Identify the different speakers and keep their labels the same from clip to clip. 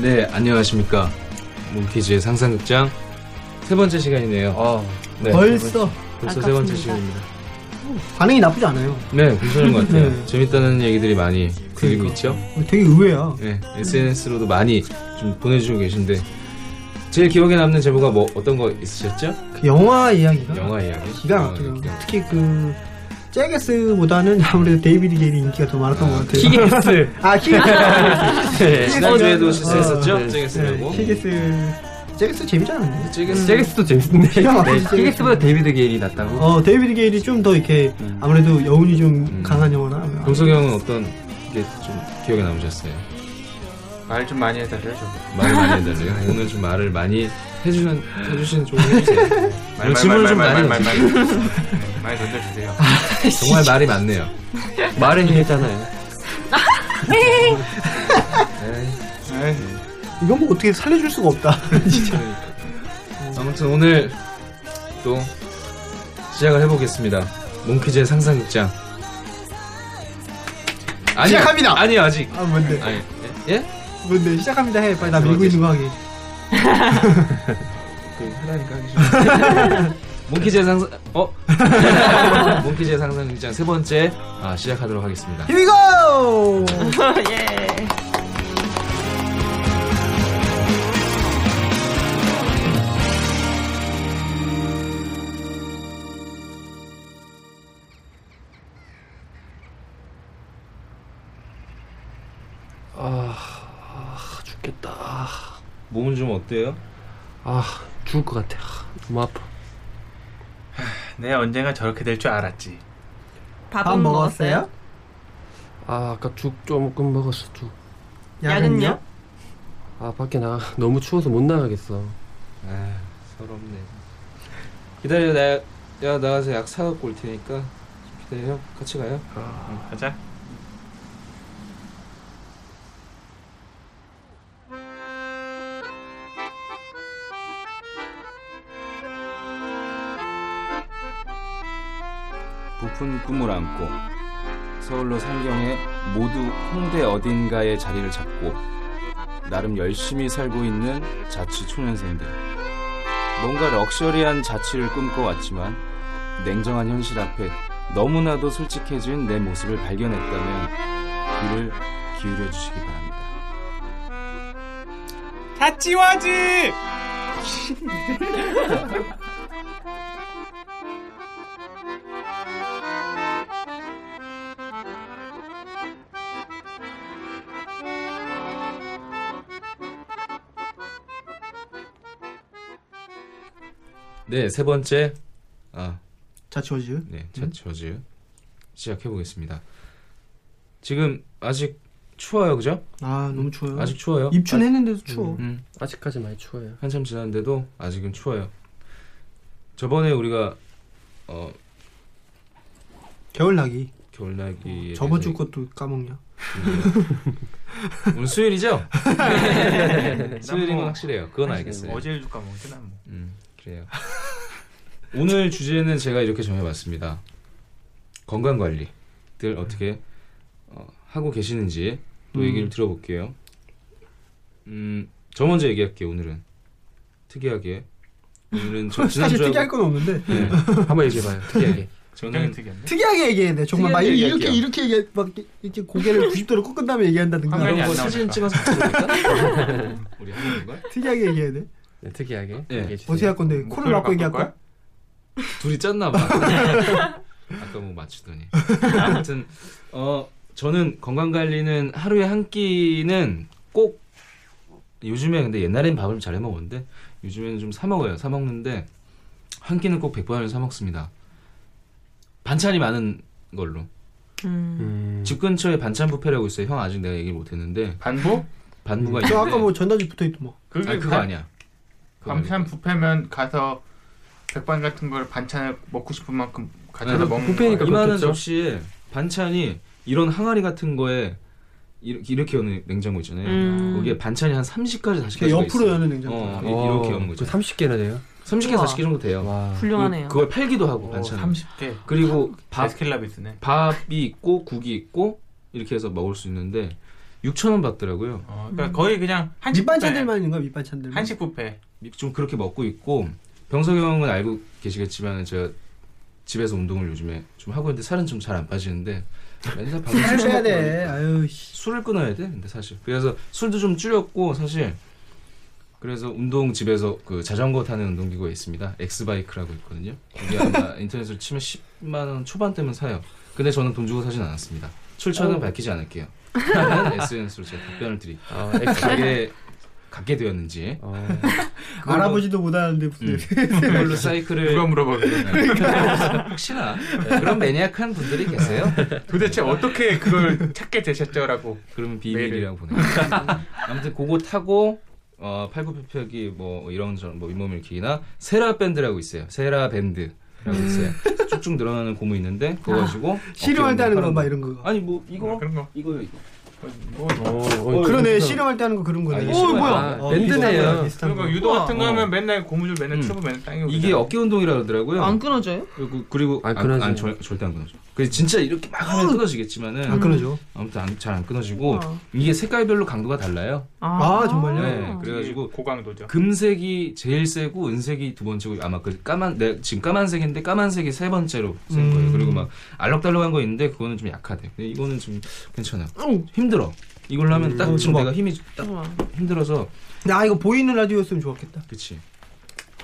Speaker 1: 네, 안녕하십니까. 몽키즈의 상상극장 세 번째 시간이네요.
Speaker 2: 아,
Speaker 1: 네,
Speaker 2: 벌써
Speaker 1: 벌써 세 번째
Speaker 3: 아깝습니다.
Speaker 1: 시간입니다.
Speaker 2: 반응이 나쁘지 않아요.
Speaker 1: 네, 괜찮은 것 같아요.
Speaker 2: 네.
Speaker 1: 재밌다는 얘기들이 많이 들리고
Speaker 2: 그러니까.
Speaker 1: 있죠.
Speaker 2: 어, 되게 의외야.
Speaker 1: 네, SNS로도 많이 좀 보내주시고 계신데 제일 기억에 남는 제보가 뭐 어떤 거 있으셨죠?
Speaker 2: 그 영화 이야기가
Speaker 1: 영화 아, 이야기.
Speaker 2: 기가 막혀요. 특히 그 잭에스보다는 아무래도 데이비드 게임이 인기가 더 많았던 것 같아요.
Speaker 1: 키게스.
Speaker 2: 아 키게스.
Speaker 1: 네, 지난주에도
Speaker 2: 어,
Speaker 1: 실수했었죠?
Speaker 2: 네.
Speaker 1: 잭에스라고.
Speaker 2: 네, 키게스. 잭에스 재밌지 않았나요?
Speaker 1: 잭에스.
Speaker 4: 제게스도 재밌는데
Speaker 2: 기가 막히지,
Speaker 4: 네, 키게스보다 데이비드 게일이 낫다고?
Speaker 2: 어 데이비드 게일이 좀 더 이렇게 아무래도 여운이 좀
Speaker 1: 음.
Speaker 2: 강한 영화나. 하면
Speaker 1: 동석이 형은 어떤 게 좀 기억에 남으셨어요?
Speaker 4: 말 좀 많이 해달래요 저거
Speaker 1: 말을 많이 해달래요. 오늘 좀 말을 많이 해주는 해주시는 좋은 해주세요. 오늘 질문을 좀 많이 해주세요.
Speaker 4: 많이 던져주세요
Speaker 1: 정말 말이 많네요.
Speaker 4: 말은 했잖아요
Speaker 2: 이건 뭐 어떻게 살려줄 수가 없다.
Speaker 1: 아무튼 오늘 또 시작을 해보겠습니다. 몽키즈의 상상극장. 아니,
Speaker 2: 시작합니다.
Speaker 1: 아니요 아직.
Speaker 2: 아 뭔데?
Speaker 1: 아니 예?
Speaker 2: 뭔데? 시작합니다 해. 빨리 나 밀고
Speaker 1: 어디-
Speaker 2: 있는 거 하게.
Speaker 1: 그 몽키즈의 상상 어? 몽키즈의 상상극장 세 번째 아, 시작하도록 하겠습니다.
Speaker 2: Here we go.
Speaker 4: 죽겠다
Speaker 1: 몸은 좀 어때요?
Speaker 4: 아 죽을 것 같아 아, 너무 아파 내가 언젠가 저렇게 될 줄 알았지
Speaker 2: 밥 먹었어요?
Speaker 4: 아 아까 죽 조금 먹었어 죽아
Speaker 2: 야근요?
Speaker 5: 아,
Speaker 4: 밖에 나가 너무 추워서 못 나가겠어
Speaker 1: 아, 서럽네. 기다려, 나, 야, 나가서 약 사갖고 올 테니까. 기다려, 같이 가요.
Speaker 3: 음,
Speaker 4: 아, 가자
Speaker 6: 부푼 꿈을 안고 서울로 상경해 모두 홍대 어딘가에 자리를 잡고 나름 열심히 살고 있는 자취 초년생들. 뭔가 럭셔리한 자취를 꿈꿔왔지만 냉정한 현실 앞에 너무나도 솔직해진 내 모습을 발견했다면 귀를 기울여 주시기 바랍니다.
Speaker 4: 자취와지
Speaker 1: 네, 세 번째. 아,
Speaker 2: 자취워즈.
Speaker 1: 네, 차치워즈. 시작해보겠습니다. 지금 아직 추워요, 그죠?
Speaker 2: 아 너무 추워요.
Speaker 1: 아직 추워요.
Speaker 2: 입춘했는데도 추워.
Speaker 1: 음,
Speaker 4: 아직까지 많이 추워요
Speaker 1: 한참 지났는데도 아직은 추워요. 저번에 우리가, 어,
Speaker 2: 겨울나기.
Speaker 1: 겨울나기.
Speaker 2: 저번 주 것도 까먹냐?
Speaker 1: 오늘 수요일이죠? 네,
Speaker 3: 뭐
Speaker 1: 수요일인 건 확실해요. 그건 알겠어요.
Speaker 4: 뭐 어제 죽까 먹지 난 뭐.
Speaker 1: 음, 그래요. 오늘 주제는 제가 이렇게 정해봤습니다. 건강 관리들 어떻게 어, 하고 계시는지 또
Speaker 2: 음.
Speaker 1: 얘기를 들어볼게요. 음, 저 먼저 얘기할게요. 오늘은 특이하게 오늘은 저
Speaker 2: 사실
Speaker 1: 지난주에
Speaker 2: 특이할 건 없는데
Speaker 1: 네,
Speaker 4: 한번 얘기해봐요
Speaker 1: 특이하게
Speaker 4: 굉장히
Speaker 1: 저는
Speaker 4: 특이한데
Speaker 2: 특이하게 얘기해야 돼. 정말 막
Speaker 1: 특이하게
Speaker 2: 이렇게
Speaker 1: 얘기할게요.
Speaker 2: 이렇게 얘기 막 이렇게 고개를 90도로 꺾은 다음에 얘기한다든가
Speaker 4: 화면이
Speaker 1: 이런
Speaker 4: 안
Speaker 1: 거
Speaker 4: 나오니까.
Speaker 1: 사진 찍어서 보여줄까? 우리 하는 걸
Speaker 2: 특이하게 얘기해야 돼.
Speaker 4: 네, 특이하게
Speaker 1: 네.
Speaker 4: 얘기해주세요
Speaker 2: 어떻게 할 건데? 코를 막고 얘기할 거야?
Speaker 1: 둘이 짰나 봐. 아까 뭐 맞추더니 아무튼 어 저는 건강 관리는 하루에 한 끼는 꼭 요즘에 근데 옛날엔 밥을 잘 해 먹었는데 요즘에는 좀 사 먹어요 사 먹는데 한 끼는 꼭 100번을 사 먹습니다 반찬이 많은 걸로
Speaker 4: 음.
Speaker 1: 집 근처에 반찬 뷔페라고 있어요 형 아직 내가 얘기 못했는데
Speaker 3: 반부?
Speaker 1: 반부가
Speaker 2: 저
Speaker 1: 있는데
Speaker 2: 아까 뭐 전단지 붙어있더만.
Speaker 4: 뭐
Speaker 3: 그게
Speaker 1: 아니, 그거
Speaker 3: 반-
Speaker 1: 아니야 그거 아니야.
Speaker 3: 반찬 뷔페면 가서 백반 같은 걸 반찬을 먹고 싶은 만큼 가져다
Speaker 1: 네,
Speaker 3: 먹는
Speaker 4: 뷔페니까
Speaker 3: 거예요.
Speaker 1: 이만한
Speaker 4: 그러니까 그렇겠죠.
Speaker 1: 접시에 반찬이 이런 항아리 같은 거에 이렇게, 이렇게 여는 냉장고 있잖아요.
Speaker 7: 음.
Speaker 1: 거기에 반찬이 한 30가지 40가지
Speaker 2: 그 옆으로
Speaker 1: 있어요.
Speaker 2: 여는 냉장고.
Speaker 1: 어, 이-
Speaker 4: 어,
Speaker 1: 이렇게 여는 거죠.
Speaker 4: 그 30개나 돼요?
Speaker 1: 30개 40개 정도 돼요.
Speaker 4: 와.
Speaker 7: 훌륭하네요.
Speaker 1: 그, 걸 팔기도
Speaker 4: 어,
Speaker 1: 하고 반찬.
Speaker 4: 30개.
Speaker 1: 그리고 밥
Speaker 3: 어, 에스킬라비스네.
Speaker 1: 밥이 있고 국이 있고 이렇게 해서 먹을 수 있는데 6천 원 받더라고요.
Speaker 3: 어, 그러니까 거의 그냥 한식
Speaker 2: 밑반찬들만 있는 거야, 밑반찬들만.
Speaker 3: 뷔페, 한식 뷔페.
Speaker 1: 좀 그렇게 먹고 있고 병석이 형은 알고 계시겠지만 제가 집에서 운동을 요즘에 좀 하고 있는데 살은 좀 잘 안 빠지는데 맨날 밥을 술
Speaker 2: 술 빼야
Speaker 1: 먹고 그러니까
Speaker 2: 돼.
Speaker 1: 하니까.
Speaker 2: 아유, 씨.
Speaker 1: 술을 끊어야 돼. 근데 사실 그래서 술도 좀 줄였고 사실 그래서 운동 집에서 그 자전거 타는 운동기구가 있습니다. 엑스바이크라고 있거든요. 이게 아마 인터넷으로 치면 10만 원 초반대면 사요. 근데 저는 돈 주고 사진 않았습니다. 출처는 밝히지 않을게요. 그러면 SNS로 제가 답변을 드리.
Speaker 4: 어,
Speaker 5: 아,
Speaker 1: 엑스에 갖게 되었는지
Speaker 4: 어.
Speaker 2: 알아보지도 못하는데
Speaker 1: 음.
Speaker 2: 붙어있어.
Speaker 1: 그걸로 사이클을
Speaker 3: 누가 물어보길래.
Speaker 1: 혹시나 네, 그런 매니악한 분들이 계세요?
Speaker 3: 도대체 어떻게 그걸 찾게 되셨죠라고.
Speaker 1: 그러면 비밀이라고 보내. 아무튼 그거 타고 어, 팔굽혀펴기 뭐 이런 저런 뭐 잇몸 일으키기나 세라 밴드라고 있어요. 세라 밴드라고 있어요. 쭉쭉 늘어나는 고무 있는데 그거 가지고
Speaker 2: 씨름할 때
Speaker 1: 어깨 운동 하는
Speaker 2: 하는 거, 막
Speaker 1: 아, 거.
Speaker 2: 이런 거.
Speaker 1: 아니 뭐 이거
Speaker 3: 그런 거.
Speaker 1: 이거 이거
Speaker 3: 뭐,
Speaker 4: 어,
Speaker 2: 그러네,
Speaker 4: 어, 그렇구나.
Speaker 2: 씨름할 때 하는 거 그런 거네.
Speaker 1: 아, 이거 뭐야?
Speaker 4: 아, 밴드네요.
Speaker 2: 비슷한
Speaker 3: 그런 거
Speaker 2: 거.
Speaker 7: 뭐.
Speaker 3: 그러니까 유도 같은 거
Speaker 7: 어.
Speaker 1: 우와.
Speaker 3: 하면 맨날 고무줄 맨날
Speaker 1: 음.
Speaker 3: 치고 맨날 땅에 오르잖아.
Speaker 1: 이게 어깨 운동이라 그러더라고요.
Speaker 7: 안 끊어져요?
Speaker 1: 그리고 그리고
Speaker 4: 안 끊어지네.
Speaker 1: 안, 절, 절대 안 끊어져. 그 진짜 이렇게 막 하면
Speaker 2: 안
Speaker 1: 끊어지겠지만은
Speaker 2: 끊어져.
Speaker 1: 아무튼 잘 안 끊어지고
Speaker 7: 우와.
Speaker 1: 이게 색깔별로 강도가 달라요.
Speaker 2: 아, 정말요?
Speaker 1: 네,
Speaker 3: 이게
Speaker 1: 그래가지고
Speaker 3: 고강도죠.
Speaker 1: 금색이 제일 세고 은색이 두 번째고 아마 그 까만 네, 지금 까만색인데 까만색이 세 번째로 센
Speaker 2: 음.
Speaker 1: 거예요. 그리고 막 알록달록한 거 있는데 그거는 좀 약하대. 근데 이거는 좀 괜찮아.
Speaker 7: 오.
Speaker 1: 힘들어. 이걸로 하면 딱
Speaker 2: 음,
Speaker 1: 지금
Speaker 2: 좋아.
Speaker 1: 내가 힘이 딱
Speaker 7: 우와.
Speaker 1: 힘들어서
Speaker 2: 근데 아, 이거 보이는 라디오였으면 좋았겠다.
Speaker 1: 그치.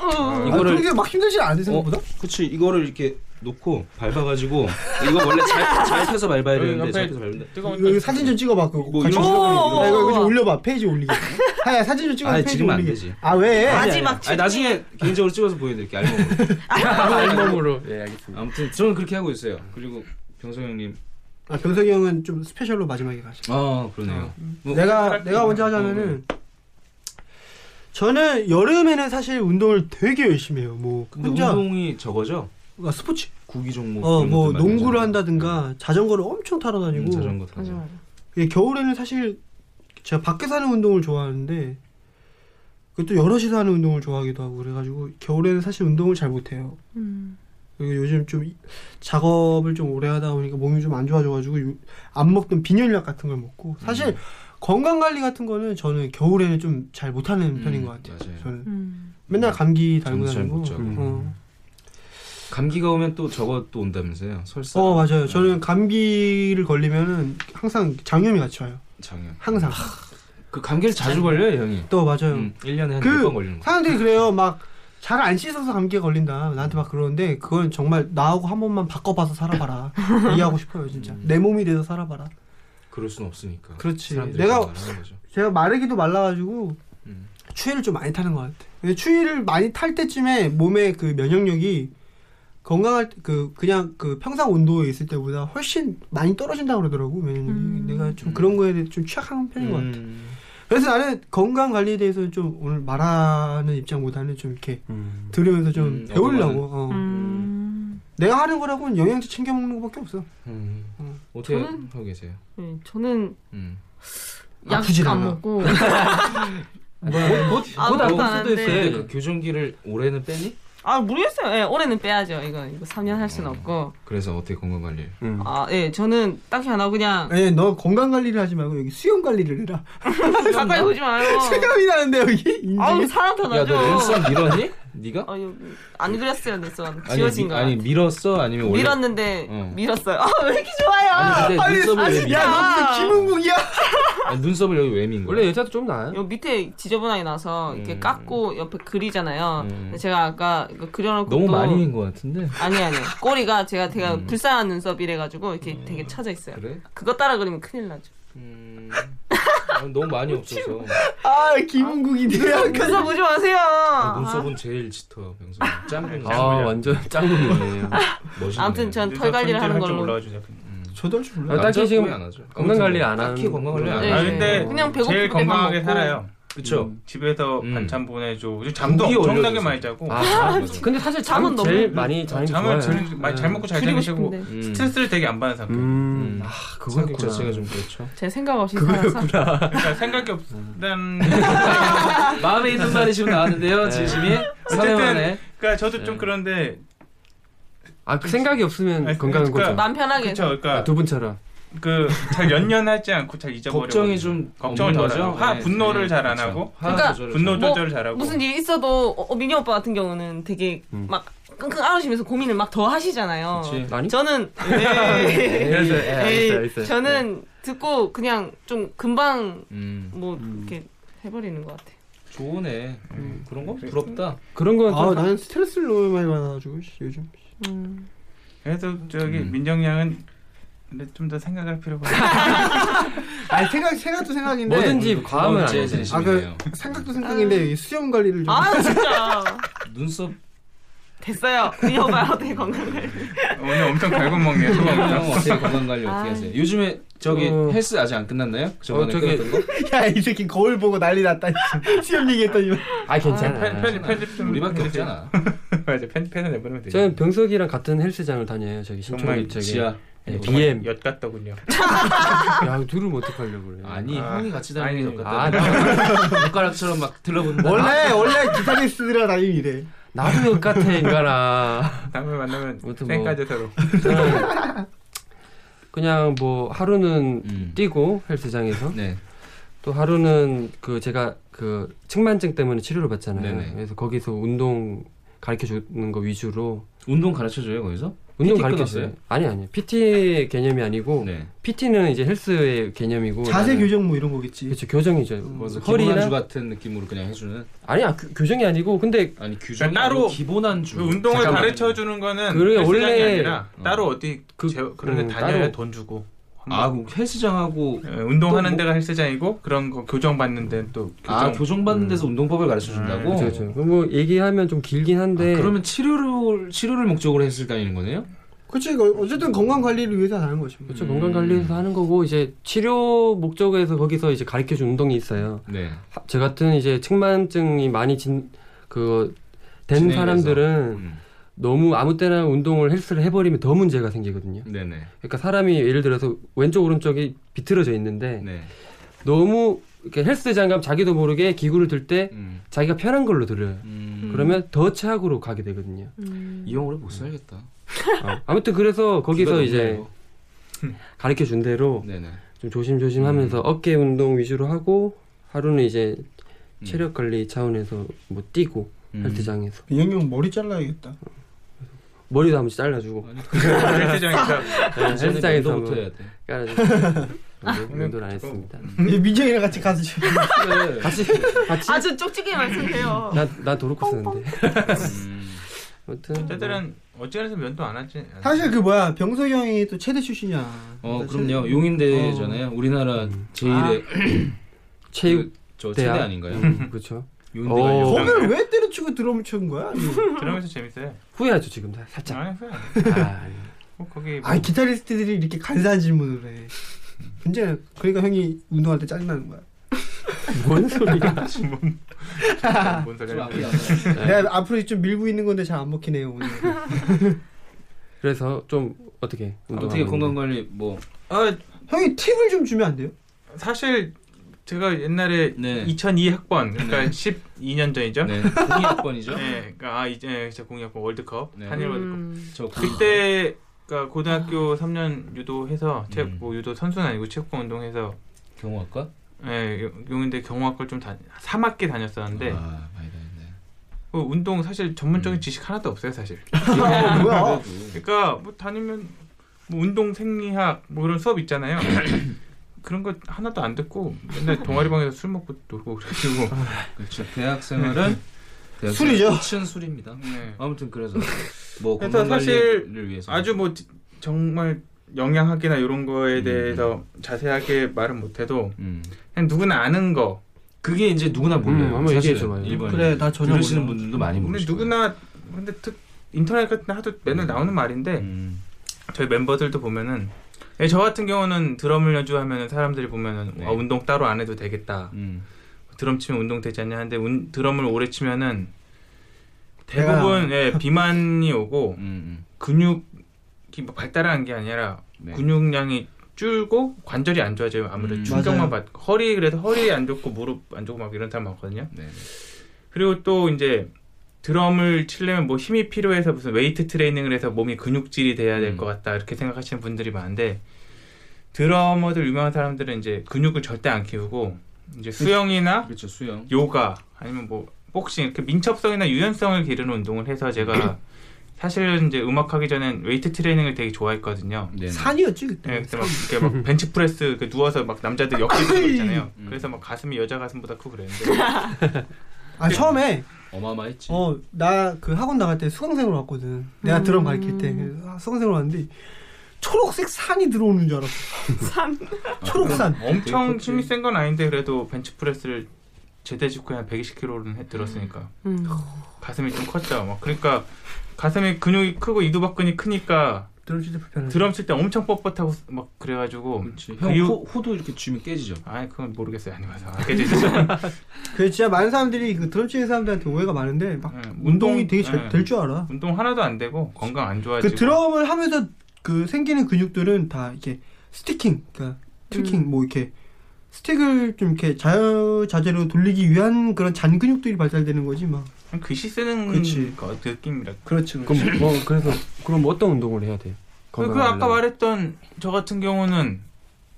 Speaker 7: 어.
Speaker 2: 아,
Speaker 1: 이거를-
Speaker 2: 그러게 막 힘들지 않은데, 생각보다?
Speaker 1: 그치 이거를 이렇게 놓고 밟아가지고 이거 원래 잘, 잘 펴서 밟아야
Speaker 3: 여기
Speaker 1: 되는데
Speaker 3: 옆에
Speaker 1: 잘 펴서 밟는데
Speaker 3: 뜨거운
Speaker 2: 이거, 이거 사진 좀 찍어봐. 그거
Speaker 1: 어? 이거
Speaker 2: 같이.
Speaker 1: 이런
Speaker 7: 오!
Speaker 2: 야, 이거, 이거 좀 올려봐. 페이지 올리게. 하야, 사진 좀 찍어봐.
Speaker 1: 아니,
Speaker 2: 페이지
Speaker 1: 지금 안
Speaker 2: 올리게.
Speaker 1: 되지.
Speaker 2: 아, 왜?
Speaker 7: 마지막
Speaker 1: 아니 나중에 개인적으로 찍어서 보여드릴게 알몸으로
Speaker 4: 앨범으로. 예, 알겠습니다.
Speaker 1: 아무튼 저는 그렇게 하고 있어요 그리고 병성 형님
Speaker 2: 아, 병석이 형은 좀 스페셜로 마지막에 가시.
Speaker 1: 아 그러네요 뭐,
Speaker 2: 내가 내가 먼저 하자면은 저는 여름에는 사실 운동을 되게 열심히 해요. 뭐
Speaker 1: 근데
Speaker 2: 혼자
Speaker 1: 운동이 저거죠
Speaker 2: 아, 스포츠
Speaker 1: 구기 종목
Speaker 2: 어
Speaker 1: 이런
Speaker 2: 뭐
Speaker 1: 것들 많이
Speaker 2: 농구를
Speaker 1: 하잖아요.
Speaker 2: 한다든가 자전거를 엄청 타러
Speaker 1: 음,
Speaker 2: 다니고
Speaker 1: 자전거 타죠.
Speaker 7: 맞아 맞아.
Speaker 2: 근데 예, 겨울에는 사실 제가 밖에서 하는 운동을 좋아하는데 그것도 여럿이서 하는 운동을 좋아하기도 하고 그래가지고 겨울에는 사실 운동을 잘 못해요.
Speaker 7: 음.
Speaker 2: 그리고 요즘 좀 이- 작업을 좀 오래 하다 보니까 몸이 좀 안 좋아져가지고 유- 안 먹던 빈혈약 같은 걸 먹고 사실
Speaker 1: 음.
Speaker 2: 건강 관리 같은 거는 저는 겨울에는 좀 잘 못하는
Speaker 1: 음,
Speaker 2: 편인 것 같아요.
Speaker 1: 맞아요.
Speaker 2: 저는
Speaker 7: 음.
Speaker 2: 맨날 감기
Speaker 1: 잠도
Speaker 2: 달고
Speaker 1: 잘
Speaker 2: 다니고.
Speaker 1: 못 자고. 음.
Speaker 2: 어.
Speaker 1: 감기가 오면 또 저거 또 온다면서요? 설사.
Speaker 2: 어
Speaker 1: 네.
Speaker 2: 맞아요. 저는 감기를 걸리면은 항상 장염이 같이 와요.
Speaker 1: 장염.
Speaker 2: 항상.
Speaker 1: 그 감기를 자주 걸려요, 형이.
Speaker 2: 또 맞아요.
Speaker 1: 음, 1년에 한
Speaker 2: 그-
Speaker 1: 6번 걸리는 거.
Speaker 2: 사람들이 그래요. 막 잘 안 씻어서 감기에 걸린다. 나한테 막 그러는데 그건 정말 나하고 한 번만 바꿔봐서 살아봐라. 이해하고 싶어요 진짜.
Speaker 1: 음.
Speaker 2: 내 몸이 돼서 살아봐라.
Speaker 1: 그럴 순 없으니까.
Speaker 2: 그렇지.
Speaker 1: 사람들이
Speaker 2: 내가-
Speaker 1: 그런 말을 하는 거죠.
Speaker 2: 제가 마르기도 말라가지고
Speaker 1: 음.
Speaker 2: 추위를 좀 많이 타는 것 같아. 근데 추위를 많이 탈 때쯤에 몸의 그 면역력이 건강할 때- 그 그냥 그 평상 온도에 있을 때보다 훨씬 많이 떨어진다 고 그러더라고 면역력이.
Speaker 7: 음.
Speaker 2: 내가 좀 그런 거에 대해 좀 취약한 편인 것 같아.
Speaker 1: 음.
Speaker 2: 그래서 나는 건강 관리에 대해서는 좀 오늘 말하는 입장보다는 좀 이렇게
Speaker 4: 음.
Speaker 2: 들으면서 좀
Speaker 1: 음,
Speaker 2: 배우려고. 어.
Speaker 7: 음.
Speaker 2: 내가 하는 거라고는 영양제 챙겨 먹는 것밖에 없어.
Speaker 1: 음.
Speaker 2: 음.
Speaker 1: 어떻게
Speaker 7: 저는-
Speaker 1: 하고 계세요?
Speaker 7: 네, 저는
Speaker 1: 음.
Speaker 7: 약
Speaker 2: 아프진
Speaker 7: 안
Speaker 2: 않아.
Speaker 7: 먹고
Speaker 1: 곧,
Speaker 7: 아,
Speaker 1: 곧
Speaker 7: 아무것도
Speaker 1: 아플
Speaker 7: 안
Speaker 1: 수도 있어요.
Speaker 7: 하는데.
Speaker 1: 근데 그 교정기를 올해는 빼니?
Speaker 7: 아 모르겠어요. 예, 올해는 빼야죠. 이거 이거 3년 할 수는
Speaker 1: 어.
Speaker 7: 없고.
Speaker 1: 그래서 어떻게 건강 관리를?
Speaker 4: 음.
Speaker 7: 아 예, 저는 딱히 안 하고 그냥
Speaker 2: 아니 너 건강 관리를 하지 말고 여기 수영 관리를 해라.
Speaker 7: 가까이 오지 말고.
Speaker 2: 체감이 나는데 여기. 인중에.
Speaker 7: 아우 사람 다
Speaker 1: 야, 너
Speaker 7: 나죠.
Speaker 1: 랜선 밀었니? 네가?
Speaker 7: 어, 이거 안 그렸어요, 내 손.
Speaker 1: 아니,
Speaker 7: 지워진
Speaker 1: 미-
Speaker 7: 거.
Speaker 1: 아니 밀었어? 아니면 원래
Speaker 7: 밀었는데
Speaker 1: 어.
Speaker 7: 밀었어요. 아, 왜 이렇게 좋아요?
Speaker 1: 아니 근데 눈썹을 왜 밀어?
Speaker 7: 야,
Speaker 2: 김은국이야.
Speaker 1: 아니, 눈썹을 여기 왜 민 거야?
Speaker 5: 원래 여자도 좀 나아요.
Speaker 7: 요 밑에 지저분하게 나서 이렇게
Speaker 1: 음.
Speaker 7: 깎고 옆에 그리잖아요.
Speaker 1: 음.
Speaker 7: 근데 제가 아까 이거 그려놓고
Speaker 1: 너무
Speaker 7: 또-
Speaker 1: 많이 음. 민 거 같은데.
Speaker 7: 아니 아니 꼬리가 제가 되게 불쌍한 눈썹이래가지고
Speaker 1: 음.
Speaker 7: 이렇게 되게 처져 있어요.
Speaker 1: 그래?
Speaker 7: 그거 따라 그리면 큰일 나죠.
Speaker 1: 음, 아, 너무 많이 없어서
Speaker 2: 아 김은국이네. 아,
Speaker 7: 눈썹 보지 마세요.
Speaker 1: 아, 눈썹은 제일 짙어. 명수 짱구.
Speaker 5: 아 완전 짱구네.
Speaker 1: 멋있네. 음.
Speaker 7: 아무튼 전 털 관리를 하는 걸로.
Speaker 2: 저도 할줄 몰라.
Speaker 5: 아, 딱히
Speaker 1: 남자
Speaker 5: 지금
Speaker 1: 관리 안 하죠.
Speaker 5: 건강 관리 안 하는
Speaker 1: 딱히 건강 관리 안
Speaker 7: 네.
Speaker 1: 하죠.
Speaker 5: 아, 근데
Speaker 7: 그냥 배고플
Speaker 4: 제일
Speaker 7: 때만
Speaker 4: 건강하게
Speaker 7: 먹고.
Speaker 4: 살아요.
Speaker 1: 그렇죠.
Speaker 4: 집에서
Speaker 1: 음.
Speaker 4: 반찬 보내줘. 요즘 잠도
Speaker 1: 고기
Speaker 4: 엄청나게
Speaker 1: 올려줘서.
Speaker 4: 많이 자고.
Speaker 5: 아, 아, 근데 사실 잠은
Speaker 7: 잠은
Speaker 5: 제일
Speaker 7: 너무-
Speaker 5: 많이 자는 게
Speaker 4: 잠을
Speaker 5: 좋아요.
Speaker 4: 제일 많이 잘 먹고 잘
Speaker 7: 줄이고
Speaker 4: 자고 싶고
Speaker 7: 싶은데
Speaker 1: 음.
Speaker 4: 스트레스를 되게 안 받는 상태.
Speaker 5: 음,
Speaker 1: 음.
Speaker 5: 아
Speaker 1: 성격
Speaker 5: 그거였구나.
Speaker 1: 자체가 좀 그렇죠.
Speaker 7: 제 생각 없이 살아서
Speaker 4: 그러니까 생각이 없는.
Speaker 1: 마음에 있는 말이 지금 나왔는데요, 진심이. 사회만에.
Speaker 4: 그러니까 저도 좀
Speaker 1: 네.
Speaker 4: 그런데.
Speaker 5: 아, 그 생각이 없으면
Speaker 4: 아니,
Speaker 5: 건강한
Speaker 4: 그러니까
Speaker 5: 거죠.
Speaker 7: 마음 편하게.
Speaker 4: 그렇죠. 그러니까
Speaker 5: 아, 두 분처럼.
Speaker 4: 그 잘 연연하지 않고 잘 잊어버려.
Speaker 1: 걱정이 좀
Speaker 4: 걱정을
Speaker 1: 없는
Speaker 4: 덜
Speaker 1: 거죠. 네.
Speaker 4: 하고 화- 분노를 잘안 하고.
Speaker 1: 화학
Speaker 7: 그러니까
Speaker 1: 조절을
Speaker 4: 분노
Speaker 1: 잘-
Speaker 7: 뭐,
Speaker 4: 조절을 잘하고.
Speaker 7: 무슨 일이 있어도 어, 어, 민희 오빠 같은 경우는 되게 막 끙끙 앓으시면서 고민을 막 더 하시잖아요.
Speaker 1: 그치.
Speaker 5: 아니?
Speaker 7: 저는 에이,
Speaker 5: 그래서 예,
Speaker 7: 에이,
Speaker 5: 알겠어요, 알겠어요.
Speaker 7: 저는 듣고 그냥 좀 금방
Speaker 1: 음,
Speaker 7: 뭐 이렇게 해버리는 것 같아.
Speaker 1: 좋으네. 음, 그런 거 부럽다.
Speaker 5: 그런 건
Speaker 2: 아,
Speaker 5: 좀-
Speaker 2: 나는 스트레스를 너무 많이 받아가지고 씨, 요즘.
Speaker 7: 음.
Speaker 4: 그래도 저기
Speaker 1: 음.
Speaker 4: 민정 양은 좀 더 생각할 필요가.
Speaker 2: 아 생각 생각도 생각인데.
Speaker 5: 뭐든지 과하면 안
Speaker 1: 제
Speaker 5: 되지.
Speaker 1: 진심이네요.
Speaker 2: 생각도 생각인데 이 수염 관리를 좀.
Speaker 7: 아 진짜
Speaker 1: 눈썹
Speaker 7: 됐어요. 민희 오빠 어떻게 건강을?
Speaker 4: 오늘 엄청 갈굼 먹네요.
Speaker 5: 음.
Speaker 4: 소방장.
Speaker 1: 형 어떻게 건강 관리 어떻게
Speaker 7: 아이.
Speaker 1: 하세요? 요즘에 저기
Speaker 5: 어.
Speaker 1: 헬스 아직 안 끝났나요? 저번에
Speaker 5: 저기-
Speaker 1: 끊었던 거?
Speaker 2: 야 이 새끼 거울 보고 난리 났다. 수염 얘기했더니.
Speaker 5: 아,
Speaker 4: 편-
Speaker 5: 괜찮아.
Speaker 4: 편집 편집 좀
Speaker 1: 우리밖에
Speaker 4: 해주세요.
Speaker 1: 없잖아.
Speaker 4: 맞아 편 편을 내보내면 되죠.
Speaker 5: 저는 병석이랑 같은 헬스장을 다녀요. 저기
Speaker 4: 정말
Speaker 5: 신촌 저기
Speaker 1: 지아.
Speaker 5: 예,
Speaker 4: 정말
Speaker 5: BM.
Speaker 4: 엿 같더군요.
Speaker 5: 야, 둘을 못 어떡하려고 그래.
Speaker 1: 아니
Speaker 4: 아,
Speaker 1: 형이 같이 다니는
Speaker 4: 아니,
Speaker 1: 것
Speaker 5: 아,
Speaker 1: 같다. 손가락처럼 막 들어본다.
Speaker 2: 원래 원래 기타리스트들이랑 다니면 이래.
Speaker 5: 나도 역 같아 인간아.
Speaker 4: 다음에 만나면
Speaker 5: 아무튼 뭐.
Speaker 4: 쌩까지 서로.
Speaker 5: 저는 그냥 뭐 하루는
Speaker 1: 음.
Speaker 5: 뛰고 헬스장에서
Speaker 1: 네.
Speaker 5: 또 하루는 그 제가 그 측만증 때문에 치료를 받잖아요.
Speaker 1: 네네.
Speaker 5: 그래서 거기서 운동 가르쳐 주는 거 위주로
Speaker 1: 운동 가르쳐 줘요 거기서?
Speaker 5: 운동
Speaker 1: PT
Speaker 5: 가르쳐
Speaker 1: 끊었어요?
Speaker 5: 줘요. 아니 아니 PT 개념이 아니고
Speaker 1: 네.
Speaker 5: PT는 이제 헬스의 개념이고
Speaker 2: 자세
Speaker 5: 나는-
Speaker 2: 교정 뭐 이런 거겠지.
Speaker 5: 그렇죠 교정이죠.
Speaker 1: 음. 그래서 기본
Speaker 5: 허리나
Speaker 1: 안주 같은 느낌으로 그냥 해주는
Speaker 5: 아니야 그 교- 교정이 아니고 근데
Speaker 1: 아니 규정
Speaker 4: 그러니까 따로
Speaker 1: 기본 안주.
Speaker 4: 그 운동을
Speaker 1: 잠깐만.
Speaker 4: 가르쳐 주는 거는
Speaker 5: 그게
Speaker 4: 헬스장이
Speaker 5: 원래-
Speaker 4: 아니라
Speaker 1: 어.
Speaker 4: 따로 어디
Speaker 5: 그-
Speaker 4: 제- 그런 데
Speaker 5: 음,
Speaker 4: 다녀야
Speaker 5: 따로.
Speaker 4: 돈 주고.
Speaker 1: 아 그럼 헬스장하고
Speaker 4: 예, 운동하는
Speaker 1: 또 뭐-
Speaker 4: 데가 헬스장이고 그런 거 교정 받는 데는 또 교정.
Speaker 1: 아 교정 받는 데서 운동법을 가르쳐 준다고.
Speaker 5: 음.
Speaker 1: 아,
Speaker 5: 그렇죠, 그렇죠. 그럼 뭐 얘기하면 좀 길긴 한데
Speaker 1: 어. 그러면 치료를 치료를 목적으로 헬스 다니는 거네요?
Speaker 2: 그렇지. 이거 어쨌든 건강 관리를 위해서 하는 거지. 뭐.
Speaker 5: 그렇죠
Speaker 1: 음.
Speaker 5: 건강 관리에서 하는 거고 이제 치료 목적에서 거기서 이제 가르쳐 준 운동이 있어요.
Speaker 1: 네.
Speaker 5: 하- 저 같은 이제 측만증이 많이 진그된
Speaker 1: 진행돼서.
Speaker 5: 사람들은
Speaker 1: 음.
Speaker 5: 너무 아무 때나 운동을 헬스를 해버리면 더 문제가 생기거든요.
Speaker 1: 음. 네네.
Speaker 5: 그러니까 사람이 예를 들어서 왼쪽 오른쪽이 비틀어져 있는데
Speaker 1: 네.
Speaker 5: 너무 이렇게 헬스장 가면 자기도 모르게 기구를 들 때
Speaker 1: 음.
Speaker 5: 자기가 편한 걸로 들어요.
Speaker 1: 음.
Speaker 5: 그러면 더 최악으로 가게 되거든요.
Speaker 1: 이 형 오래 못 살겠다.
Speaker 5: 어. 아무튼 그래서 거기서
Speaker 1: 귀가
Speaker 5: 이제
Speaker 1: 너무
Speaker 5: 가르쳐 준 대로
Speaker 1: 넓어. 네네.
Speaker 5: 좀 조심조심 하면서 어깨 운동 위주로 하고 하루는 이제
Speaker 1: 음.
Speaker 5: 체력 관리 차원에서 뭐 뛰고
Speaker 1: 음.
Speaker 5: 헬스장에서
Speaker 2: 민영이 형 머리 잘라야겠다.
Speaker 5: 머리도 한번 씩 잘라주고
Speaker 1: 아니,
Speaker 4: 헬스장에서
Speaker 5: 음. 헬스장에서
Speaker 1: 네, 운동부터
Speaker 5: 뭐. 한번
Speaker 1: 음. 해야 돼.
Speaker 5: 깔아주고 운동을 안 했습니다.
Speaker 2: 민정이랑 같이 가서
Speaker 1: 그래.
Speaker 5: 같이 같이
Speaker 7: 아주 쪽지게 말씀해요.
Speaker 5: 나나 도로코 쓰는데
Speaker 1: 음.
Speaker 5: 아무튼
Speaker 4: 저들은 어찌해서 면도 안 하지. 않아요.
Speaker 2: 사실 그 뭐야 병석이 형이 또 체대 출신이야.
Speaker 1: 어
Speaker 2: 그러니까
Speaker 1: 그럼요.
Speaker 2: 체대-
Speaker 1: 용인대잖아요. 우리나라 제일의
Speaker 5: 체육
Speaker 1: 저 체대
Speaker 5: 대학.
Speaker 1: 그 아닌가요?
Speaker 5: 음, 그렇죠.
Speaker 1: 용인대가
Speaker 5: 어.
Speaker 1: 요-
Speaker 2: 거기를 왜 때려치고 드럼치는 거야? 이거.
Speaker 4: 들으면서 재밌어요.
Speaker 5: 후회하죠 지금 다 살짝.
Speaker 4: 아니 그냥
Speaker 5: 아,
Speaker 4: 뭐 거기 뭐
Speaker 2: 아 기타리스트들이 이렇게 간사한 질문을 해. 문제 그러니까 형이 운동할 때 짜증나는 거야.
Speaker 5: 뭔 소리야?
Speaker 4: 뭔
Speaker 1: 좀
Speaker 4: 소리야?
Speaker 1: 아프지 않아요?
Speaker 2: 내가 앞으로 좀 밀고 있는 건데 잘 안 먹히네요 오늘.
Speaker 5: 그래서 좀 어떻게
Speaker 1: 어떻게
Speaker 5: 운동하고
Speaker 1: 건강 관리 뭐
Speaker 4: 아
Speaker 2: 형이 팁을 좀 주면 안 돼요?
Speaker 4: 사실 제가 옛날에
Speaker 1: 네.
Speaker 4: 2002 학번 그러니까
Speaker 1: 네.
Speaker 4: 12년 전이죠. 네.
Speaker 1: 네. 공이 학번이죠?
Speaker 4: 그러니까 아 이제 진짜 공이 학번 월드컵
Speaker 1: 네.
Speaker 4: 한일 월드컵.
Speaker 7: 음.
Speaker 1: 저 공이
Speaker 4: 그때 가 고등학교 3년 유도해서 체
Speaker 1: 아. 음.
Speaker 4: 뭐 유도 선수는 아니고 체육부 운동해서
Speaker 1: 경호학과?
Speaker 4: 예, 용인대 경호학과를 좀 다, 3학기 다녔었는데
Speaker 1: 아, 많이 다녔네.
Speaker 4: 어, 운동 사실 전문적인
Speaker 1: 아. 음.
Speaker 4: 지식 하나도 없어요 사실.
Speaker 1: 아,
Speaker 2: 아, 뭐야?
Speaker 4: 그러니까 뭐 다니면 뭐 운동 생리학 뭐 그런 수업 있잖아요. 그런 거 하나도 안 듣고 맨날 동아리방에서 술 먹고 놀고 그래가지고
Speaker 1: 그렇죠. 대학
Speaker 4: 음.
Speaker 1: 생활은 대학
Speaker 2: 술이죠.
Speaker 1: 친 술입니다.
Speaker 4: 네.
Speaker 1: 아무튼 그래서 뭐
Speaker 4: 그래서
Speaker 1: 건강
Speaker 4: 사실
Speaker 1: 관리를 위해서
Speaker 4: 아주 뭐 지- 정말 영양학이나 이런 거에
Speaker 1: 음.
Speaker 4: 대해서 자세하게 말은 못해도
Speaker 1: 음.
Speaker 4: 그냥 누구나 아는 거
Speaker 1: 그게 이제 누구나 몰라요.
Speaker 5: 음, 한번
Speaker 1: 사실은
Speaker 5: 얘기해줘 봐요.
Speaker 1: 일본인.
Speaker 2: 그래, 나 전혀
Speaker 1: 들으시는
Speaker 2: 몰라.
Speaker 1: 분들도 많이
Speaker 4: 우리
Speaker 1: 모르시고.
Speaker 4: 누구나 근데 특, 인터넷 같은 데 하도 맨날 나오는 말인데
Speaker 1: 음.
Speaker 4: 저희 멤버들도 보면은 예, 저 같은 경우는 드럼을 연주하면 사람들이 보면은
Speaker 1: 네.
Speaker 4: 와, 운동 따로 안 해도 되겠다
Speaker 1: 음.
Speaker 4: 드럼 치면 운동 되지 않냐 하는데 운- 드럼을 오래 치면은
Speaker 2: 내가-
Speaker 4: 대부분 예, 비만이 오고
Speaker 1: 음. 음.
Speaker 4: 근육이 뭐 발달한 게 아니라
Speaker 1: 네.
Speaker 4: 근육량이 줄고 관절이 안 좋아져요. 아무래도
Speaker 1: 음.
Speaker 4: 충격만 받고 허리 그래서 허리 안 좋고 무릎 안 좋고 막 이런 사람 많거든요.
Speaker 1: 네. 네.
Speaker 4: 그리고 또 이제 드럼을 치려면 뭐 힘이 필요해서 무슨 웨이트 트레이닝을 해서 몸이 근육질이 돼야 될
Speaker 1: 음.
Speaker 4: 것 같다 이렇게 생각하시는 분들이 많은데 드러머들 유명한 사람들은 이제 근육을 절대 안 키우고 이제 수영이나
Speaker 1: 그렇죠. 수영.
Speaker 4: 요가 아니면 뭐 복싱 이렇게 민첩성이나 유연성을 기르는 운동을 해서 제가 사실은 이제 음악하기 전엔 웨이트 트레이닝을 되게 좋아했거든요.
Speaker 1: 네.
Speaker 2: 산이었지 그때.
Speaker 4: 예, 그때 막, 이렇게 막 벤치프레스 이렇게 누워서 막 남자들 역기 쓰고 있잖아요.
Speaker 1: 음.
Speaker 4: 그래서 막 가슴이 여자 가슴보다 크고 그랬는데
Speaker 2: 아 처음에
Speaker 1: 어마마했지.
Speaker 2: 어 나 그 학원 나갈 때 수강생으로 왔거든.
Speaker 1: 음.
Speaker 2: 내가 드럼 가르칠 때 그래서 수강생으로 왔는데 초록색 산이 들어오는 줄 알았어.
Speaker 7: 산.
Speaker 1: 아,
Speaker 2: 초록산.
Speaker 4: 엄청
Speaker 1: 되게 컸지.
Speaker 4: 힘이 센 건 아닌데 그래도 벤치프레스를 제대 직후에 한 120kg는 해 들었으니까
Speaker 7: 음.
Speaker 4: 가슴이 좀 컸죠. 막 그러니까 가슴에 근육이 크고 이두박근이 크니까
Speaker 2: 드럼 진짜 불편해.
Speaker 4: 드럼 칠 때 엄청 뻣뻣하고 막 그래가지고
Speaker 1: 그렇지.
Speaker 4: 그
Speaker 1: 형
Speaker 4: 이후-
Speaker 1: 호, 호도 이렇게 쥐면 깨지죠.
Speaker 4: 아니 그건 모르겠어요. 아니 맞아. 아, 그게 진짜
Speaker 2: 그 진짜 많은 사람들이 그 드럼 치는 사람들한테 오해가 많은데 막
Speaker 4: 예,
Speaker 2: 운동이 되게 잘
Speaker 4: 예,
Speaker 2: 될 줄 알아.
Speaker 4: 운동 하나도 안 되고 건강 안 좋아지고
Speaker 2: 그 드럼을 하면서 그 생기는 근육들은 다 이렇게 스티킹, 그러니까 트리킹 뭐 이렇게 스틱을 좀 이렇게 자유자재로 돌리기 위한 그런 잔 근육들이 발달되는 거지 막.
Speaker 4: 그냥 글씨 쓰는
Speaker 2: 그치.
Speaker 4: 그 느낌이라
Speaker 2: 그렇지.
Speaker 5: 그럼 뭐 그래서 그럼 어떤 운동을 해야 돼?
Speaker 4: 그,
Speaker 5: 건강을
Speaker 4: 그 아까
Speaker 5: 하려면.
Speaker 4: 말했던 저 같은 경우는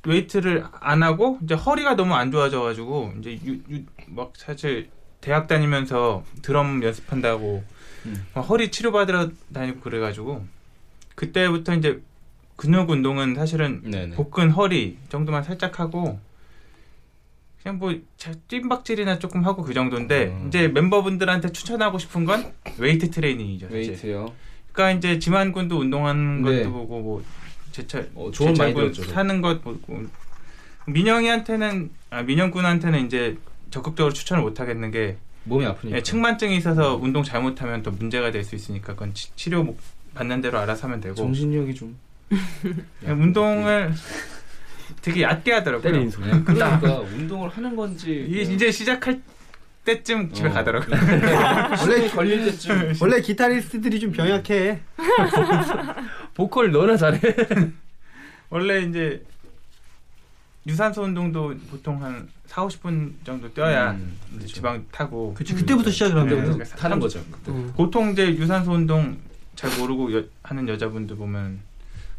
Speaker 4: 웨이트를 안 하고 이제 허리가 너무 안 좋아져가지고 이제 유- 유- 막 사실 대학 다니면서 드럼 연습한다고
Speaker 1: 음.
Speaker 4: 막 허리 치료 받으러 다니고 그래가지고 그때부터 이제 근육 운동은 사실은
Speaker 1: 네네.
Speaker 4: 복근 허리 정도만 살짝 하고 그냥 뭐 자- 뜀박질이나 조금 하고 그 정도인데
Speaker 1: 음.
Speaker 4: 이제 멤버분들한테 추천하고 싶은 건 웨이트 트레이닝이죠. 사실.
Speaker 1: 웨이트요.
Speaker 4: 그러니까 이제 지만 군도 운동하는
Speaker 1: 네.
Speaker 4: 것도 보고 뭐 제철
Speaker 1: 어, 조언 많이 들었죠. 저도.
Speaker 4: 사는 것 보고 민영이한테는 아 민영 군한테는 이제 적극적으로 추천을 못 하겠는 게
Speaker 1: 몸이 아프니까.
Speaker 4: 예, 측만증이 있어서 운동 잘못하면 또 문제가 될 수 있으니까 그건 치, 치료 뭐 받는 대로 알아서 하면 되고
Speaker 1: 정신력이 좀.
Speaker 4: 그냥 네, 운동을 되게 얕게 하더라고요.
Speaker 5: 때리는 소리.
Speaker 1: 네, 그러니까 운동을 하는 건지
Speaker 4: 이, 이제 시작할 때쯤 집에
Speaker 1: 어.
Speaker 4: 가더라고요.
Speaker 1: 원래 걸릴
Speaker 4: 그
Speaker 1: 때쯤
Speaker 2: 원래 기타리스트들이 좀 병약해.
Speaker 5: 보컬 너나 잘해.
Speaker 4: 원래 이제 유산소 운동도 보통 한 4, 50분 정도 뛰어야
Speaker 1: 음,
Speaker 4: 이제
Speaker 1: 그렇죠.
Speaker 4: 지방 타고
Speaker 2: 그치 그때부터 시작을 하면
Speaker 4: 네. 음.
Speaker 2: 되거든.
Speaker 1: 그때부터 타는 거죠. 그때.
Speaker 2: 어.
Speaker 4: 보통 이제 유산소 운동 잘 모르고 여- 하는 여자분들 보면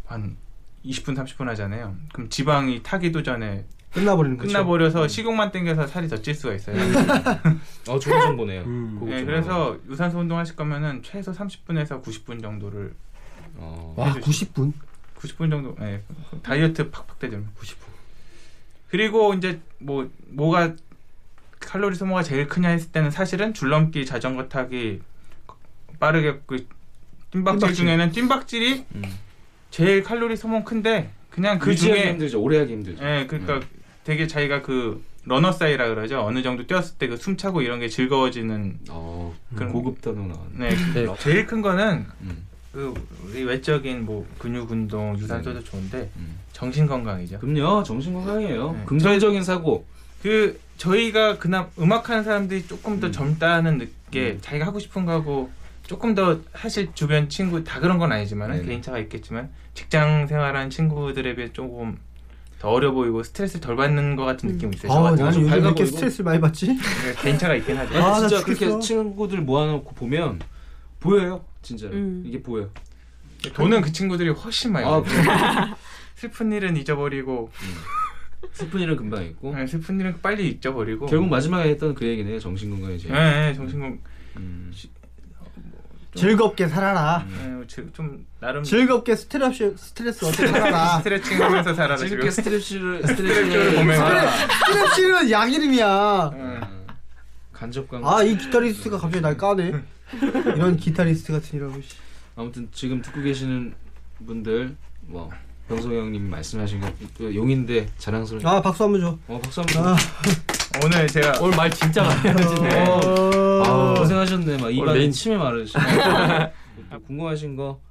Speaker 4: 한 20분 30분 하잖아요. 그럼 지방이 타기도 전에
Speaker 2: 끝나버리는
Speaker 1: 음.
Speaker 2: 거죠.
Speaker 4: 끝나버려서 식욕만 땡겨서 살이 더 찔 수가 있어요.
Speaker 1: 어 좋은 정보네요.
Speaker 5: 음.
Speaker 1: 그거
Speaker 4: 예,
Speaker 1: 좀.
Speaker 4: 그래서 유산소 운동 하실 거면은 최소 30분에서 90분 정도를
Speaker 1: 어.
Speaker 4: 아,
Speaker 5: 와 90분.
Speaker 4: 90분 정도 예, 다이어트 팍팍 되죠. 90분. 그리고 이제 뭐 뭐가 칼로리 소모가 제일 크냐 했을 때는 사실은 줄넘기, 자전거 타기, 빠르게 그 뜀박질
Speaker 2: 뜀박질.
Speaker 4: 중에는 뜀박질이
Speaker 1: 음.
Speaker 4: 제일 칼로리 소모는 큰데 그냥 그
Speaker 1: 그 중에
Speaker 4: 중에
Speaker 1: 힘들죠. 오래 하기 힘들죠.
Speaker 4: 예 그러니까 되게 자기가 그 러너 사이라 그러죠 어느 정도 뛰었을 때 그 숨 차고 이런 게 즐거워지는
Speaker 1: 어,
Speaker 4: 그런-
Speaker 1: 고급 단어 나왔네.
Speaker 4: 네 제일 큰 거는
Speaker 1: 음.
Speaker 4: 그 우리 외적인 뭐 근육 운동 유산소도 좋은데
Speaker 1: 음.
Speaker 4: 정신 건강이죠
Speaker 1: 그럼요. 정신 건강이에요.
Speaker 4: 네.
Speaker 1: 긍정적인 사고.
Speaker 4: 그 저희가 그나마 음악하는 사람들이 조금 더
Speaker 1: 음.
Speaker 4: 젊다는 느- 게 자기가 하고 싶은 거 하고 조금 더 사실 주변 친구 다 그런 건 아니지만 은
Speaker 1: 네네.
Speaker 4: 개인차가 있겠지만 직장 생활한 친구들에 비해 조금 더 어려 보이고 스트레스 덜 받는 것 같은 느낌이 있어요. 저
Speaker 2: 아,
Speaker 4: 같은
Speaker 2: 나는 요즘 왜
Speaker 1: 밝아 네.
Speaker 2: 이렇게
Speaker 1: 보이고.
Speaker 2: 스트레스를 많이 받지?
Speaker 4: 경우는 개인차가 있긴 하죠.
Speaker 2: 아, 나
Speaker 1: 진짜
Speaker 2: 죽겠어.
Speaker 1: 그렇게 친구들 모아놓고 보면 보여요. 진짜로
Speaker 7: 음.
Speaker 1: 이게 보여.
Speaker 4: 돈은 그 친구들이 훨씬 많이.
Speaker 1: 아
Speaker 4: 요
Speaker 1: 그럼
Speaker 4: 슬픈 일은 잊어버리고
Speaker 1: 슬픈 일은 금방 있고
Speaker 4: 아, 네, 슬픈 일은 빨리 잊어버리고.
Speaker 1: 결국 마지막에 음. 했던 그 얘기네요. 정신 건강이지.
Speaker 4: 예, 예, 정신 건 시-
Speaker 2: 즐겁게 살아라.
Speaker 4: 네, 지- 좀 나름
Speaker 2: 즐겁게 스트레스 스트레스 어떻게 살아라.
Speaker 4: 스트레칭하면서 살아라
Speaker 1: 즐겁게
Speaker 4: 지금.
Speaker 1: 스트레치를
Speaker 4: 스트레칭을
Speaker 1: 스트레치를 음.
Speaker 4: 보면서. 아.
Speaker 2: 스트레스는 약 이름이야.
Speaker 1: 간접광.
Speaker 2: 아 이 기타리스트가 갑자기 날 까네. 이런 기타리스트 같은 이라고. 씨.
Speaker 1: 아무튼 지금 듣고 계시는 분들 뭐 병석 형님이 말씀하신 거 용인데 자랑스러운.
Speaker 2: 아 박수 한번 줘.
Speaker 1: 어 박수 한번.
Speaker 2: 아,
Speaker 4: 오늘 제가
Speaker 5: 오늘 말 진짜 많이 하시네.
Speaker 1: 아,
Speaker 2: 어.
Speaker 1: 고생하셨네. 막 입안에
Speaker 5: 메인-
Speaker 1: 침이 마르시. 궁금하신 거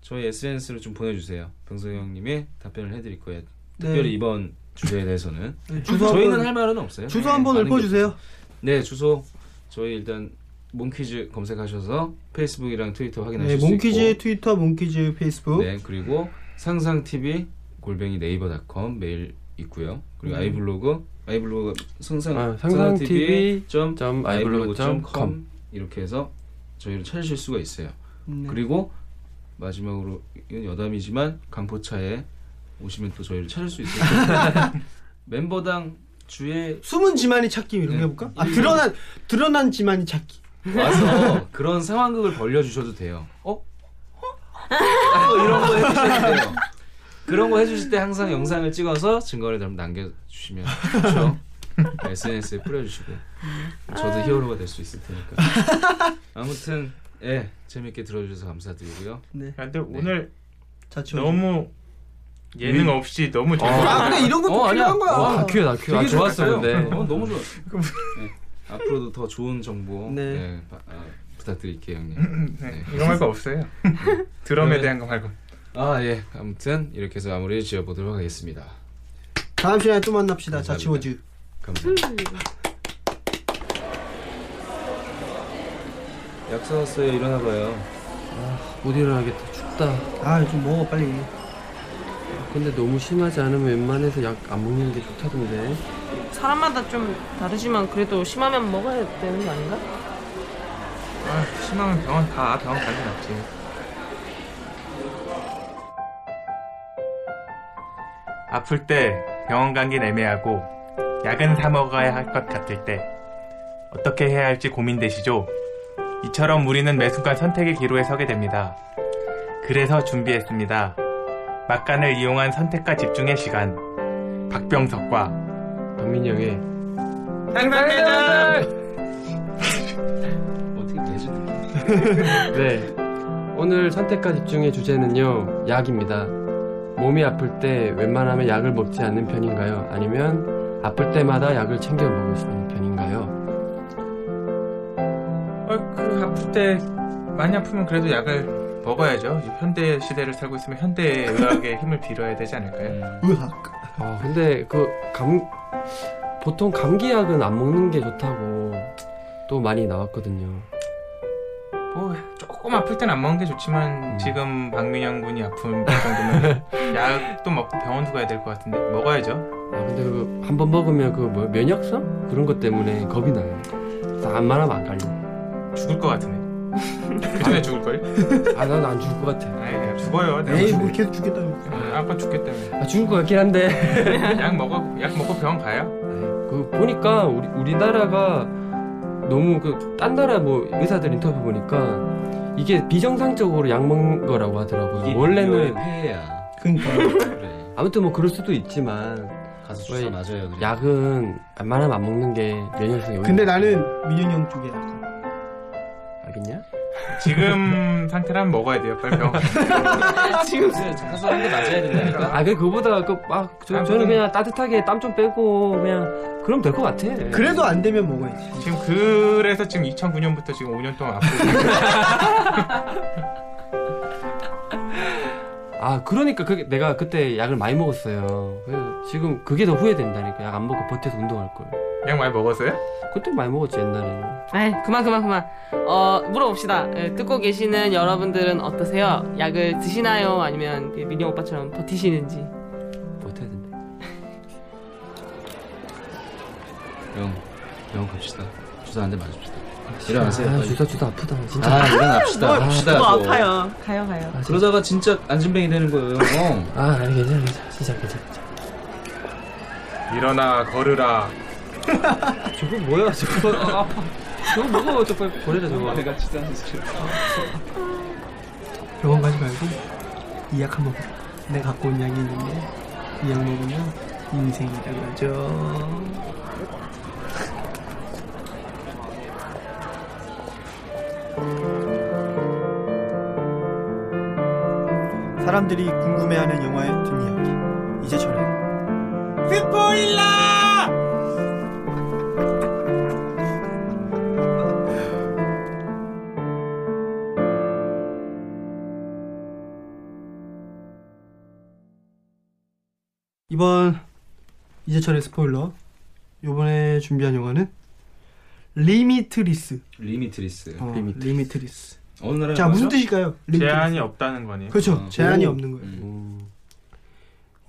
Speaker 1: 저희 SNS로 좀 보내주세요. 병석 형님이 답변을 해드릴 거예요. 특별히 이번 주제에 대해서는
Speaker 2: 네, 주소
Speaker 1: 저희는
Speaker 2: 한번
Speaker 1: 할 말은 없어요.
Speaker 2: 주소 한번
Speaker 1: 많은 게
Speaker 2: 읊어주세요.
Speaker 1: 네 주소 저희 일단 몽키즈 검색하셔서 페이스북이랑 트위터
Speaker 2: 네,
Speaker 1: 확인하실 수
Speaker 2: 몽키즈
Speaker 1: 있고
Speaker 2: 트위터, 몽키즈 페이스북.
Speaker 1: 네 그리고 상상 TV 골뱅이 네이버닷컴 메일 있고요 그리고
Speaker 2: 음.
Speaker 1: 아이블로그 네. 아이블로그 상상
Speaker 5: 아,
Speaker 1: 상상
Speaker 5: TV
Speaker 1: TV 점
Speaker 5: 점
Speaker 1: 아이블로그 점
Speaker 5: 아이블로그.com.
Speaker 1: com 이렇게 해서 저희를 찾으실 수가 있어요
Speaker 2: 네.
Speaker 1: 그리고 마지막으로 이건 여담이지만 강포차에 오시면 또 저희를 찾을 수 있어요 멤버당 주에
Speaker 2: 숨은 지만이 찾기 이렇게
Speaker 1: 네.
Speaker 2: 해볼까? 아 드러난 드러난 지만이 찾기.
Speaker 1: 와서 그런 상황극을 벌려주셔도 돼요. 어? 어? 이런 거 해주셔도 돼요. 그런 거 해주실 때 항상 영상을 찍어서 증거를 좀 남겨주시면 좋죠. 네, SNS에 뿌려주시고 저도 히어로가 될 수 있을 테니까. 아무튼 예 재밌게 들어주셔서 감사드리고요.
Speaker 2: 네.
Speaker 4: 야, 근데 오늘
Speaker 2: 자, 지워줘.
Speaker 4: 너무 예능 없이 너무 잘
Speaker 2: 아 근데 이런 것도
Speaker 1: 어, 아니야.
Speaker 2: 필요한 거야.
Speaker 5: 어, 다 귀여워, 다 귀여워. 아,
Speaker 1: 되게
Speaker 5: 좋았어,
Speaker 1: 좋았어요.
Speaker 5: 근데.
Speaker 1: 어, 너무 좋았어. 네. 앞으로도 더 좋은 정보
Speaker 2: 네.
Speaker 1: 예, 바- 아, 부탁드릴게요 형님.
Speaker 4: 네, 이거 말거 없어요. 드럼에 대한 거 말고.
Speaker 1: 아 예. 아무튼 이렇게 해서 마무리 지어보도록 하겠습니다.
Speaker 2: 다음 시간에 또 만납시다. 자
Speaker 1: 감사합니다.
Speaker 2: 지워즈.
Speaker 1: 감사합니다. 약속 왔어요. 일어나 봐요.
Speaker 5: 못 일어나겠다. 춥다.
Speaker 2: 아 요즘 먹어 빨리.
Speaker 1: 네,
Speaker 5: 근데 너무 심하지 않으면 웬만해서 약 안 먹는 게 좋다던데.
Speaker 7: 사람마다 좀 다르지만 그래도 심하면 먹어야 되는 거 아닌가?
Speaker 4: 아, 심하면 병원 가. 병원 가는 게 낫지. 아플 때 병원 가긴 애매하고 약은 사 먹어야 할 것 같을 때 어떻게 해야 할지 고민되시죠? 이처럼 우리는 매 순간 선택의 기로에 서게 됩니다. 그래서 준비했습니다. 막간을 이용한 선택과 집중의 시간. 박병석과
Speaker 5: 박민이 형의
Speaker 4: 상상대전!
Speaker 1: 어떻게 되죠?
Speaker 5: 네. 오늘 선택과 집중의 주제는요, 약입니다. 몸이 아플 때 웬만하면 약을 먹지 않는 편인가요? 아니면 아플 때마다 약을 챙겨 먹으시는 편인가요?
Speaker 4: 어, 그 아플 때 많이 아프면 그래도 약을 먹어야죠. 이제 현대 시대를 살고 있으면 현대 의학의 힘을 빌어야 되지 않을까요?
Speaker 1: 네.
Speaker 2: 으악.
Speaker 5: 아, 근데 그 감, 보통 감기약은 안 먹는 게 좋다고 또 많이 나왔거든요.
Speaker 4: 뭐 조금 아플 땐 안 먹는 게 좋지만
Speaker 5: 음.
Speaker 4: 지금 박민영 군이 아픈 그 정도면 약도 먹고 병원도 가야 될 것 같은데 먹어야죠.
Speaker 5: 아, 근데 그 한 번 먹으면 그 뭐, 면역성? 그런 것 때문에 겁이 나요. 그래서 안 말하면 안 갈려.
Speaker 4: 죽을 것 같은데. 그 전에 죽을 걸?
Speaker 5: 아, 난 안 죽을 것 같아.
Speaker 4: 아니 내가 죽어요. 내가
Speaker 2: 에이 뭐
Speaker 4: 죽을-
Speaker 2: 계속 죽겠다.
Speaker 4: 아, 아빠 죽기 때문에
Speaker 5: 아, 죽을 것 같긴 한데.
Speaker 4: 약 먹어 약 먹고 병원 가요.
Speaker 5: 그 보니까 우리 우리나라가 너무 그 딴 나라 뭐 의사들 인터뷰 보니까 이게 비정상적으로 약 먹는 거라고 하더라고요. 원래는
Speaker 1: 폐야.
Speaker 2: 그러니까
Speaker 1: 그래.
Speaker 5: 아무튼 뭐 그럴 수도 있지만
Speaker 1: 가서
Speaker 5: 왜
Speaker 1: 주사 맞아요. 그래.
Speaker 5: 약은 웬만하면 안 먹는 게 면역성이
Speaker 2: 근데 나는 민현이 형 쪽이야. 약간.
Speaker 5: 알겠냐?
Speaker 4: 지금 상태라면 먹어야 돼요. 빨리 병원. 가요.
Speaker 1: 아, 지금 가서 한 대 맞아야 된다니까.
Speaker 5: 아, 그 그보다 그막
Speaker 4: 아,
Speaker 5: 저는
Speaker 4: 그럼-
Speaker 5: 그냥 따뜻하게 땀 좀 빼고 그냥 그럼 될 것 같아.
Speaker 2: 그래도 안 되면 먹어야지.
Speaker 4: 지금 그래서 지금 2009년부터 지금 5년 동안 아프고
Speaker 5: 아 그러니까 그게 내가 그때 약을 많이 먹었어요. 그래서 지금 그게 더 후회된다니까. 약 안 먹고 버텨서 운동할 걸.
Speaker 4: 약 많이 먹었어요?
Speaker 5: 그때 많이 먹었지 옛날에는.
Speaker 7: 아이 그만 그만 그만. 어 물어봅시다. 예, 듣고 계시는 여러분들은 어떠세요? 약을 드시나요? 아니면 그 민영 오빠처럼 버티시는지?
Speaker 5: 버텨야 된다.
Speaker 1: 형, 병원 갑시다. 주사 한 대 맞읍시다. 일어나세요.
Speaker 5: 아,
Speaker 1: 빨리.
Speaker 5: 주사 주사 아프다. 진짜.
Speaker 1: 아 일어납시다.
Speaker 5: 아,
Speaker 1: 갑시다, 또.
Speaker 7: 어, 가요 가요.
Speaker 1: 그러다가 진짜 안진뱅이 되는 거예요. 형.
Speaker 5: 아, 아니 괜찮아, 괜찮아. 진짜 괜찮아. 괜찮아.
Speaker 4: 일어나 걸으라
Speaker 5: 저거 뭐야? 저거 아, 아파. 저거 먹어 저 빨리 버려라 저거 아, 내가 진짜
Speaker 2: 병원 가지 말고 이 약 한번 먹어. 내가 갖고 온 약이 있는데 이 약 먹으면 인생이라 그러죠.
Speaker 8: 사람들이 궁금해하는 영화의 뒷이야기 이제철의
Speaker 9: 스포일러!
Speaker 2: 이번 이제철의 스포일러 이번에 준비한 영화는 리미트리스
Speaker 1: 리미트리스.
Speaker 2: 어, 리미트리스.
Speaker 1: 어느 나라?
Speaker 2: 자 무슨 뜻일까요? 리미트리스.
Speaker 4: 네, 제한이 없다는 거네요.
Speaker 2: 그렇죠
Speaker 4: 어.
Speaker 2: 제한이
Speaker 4: 오.
Speaker 1: 음.
Speaker 2: 없는 거예요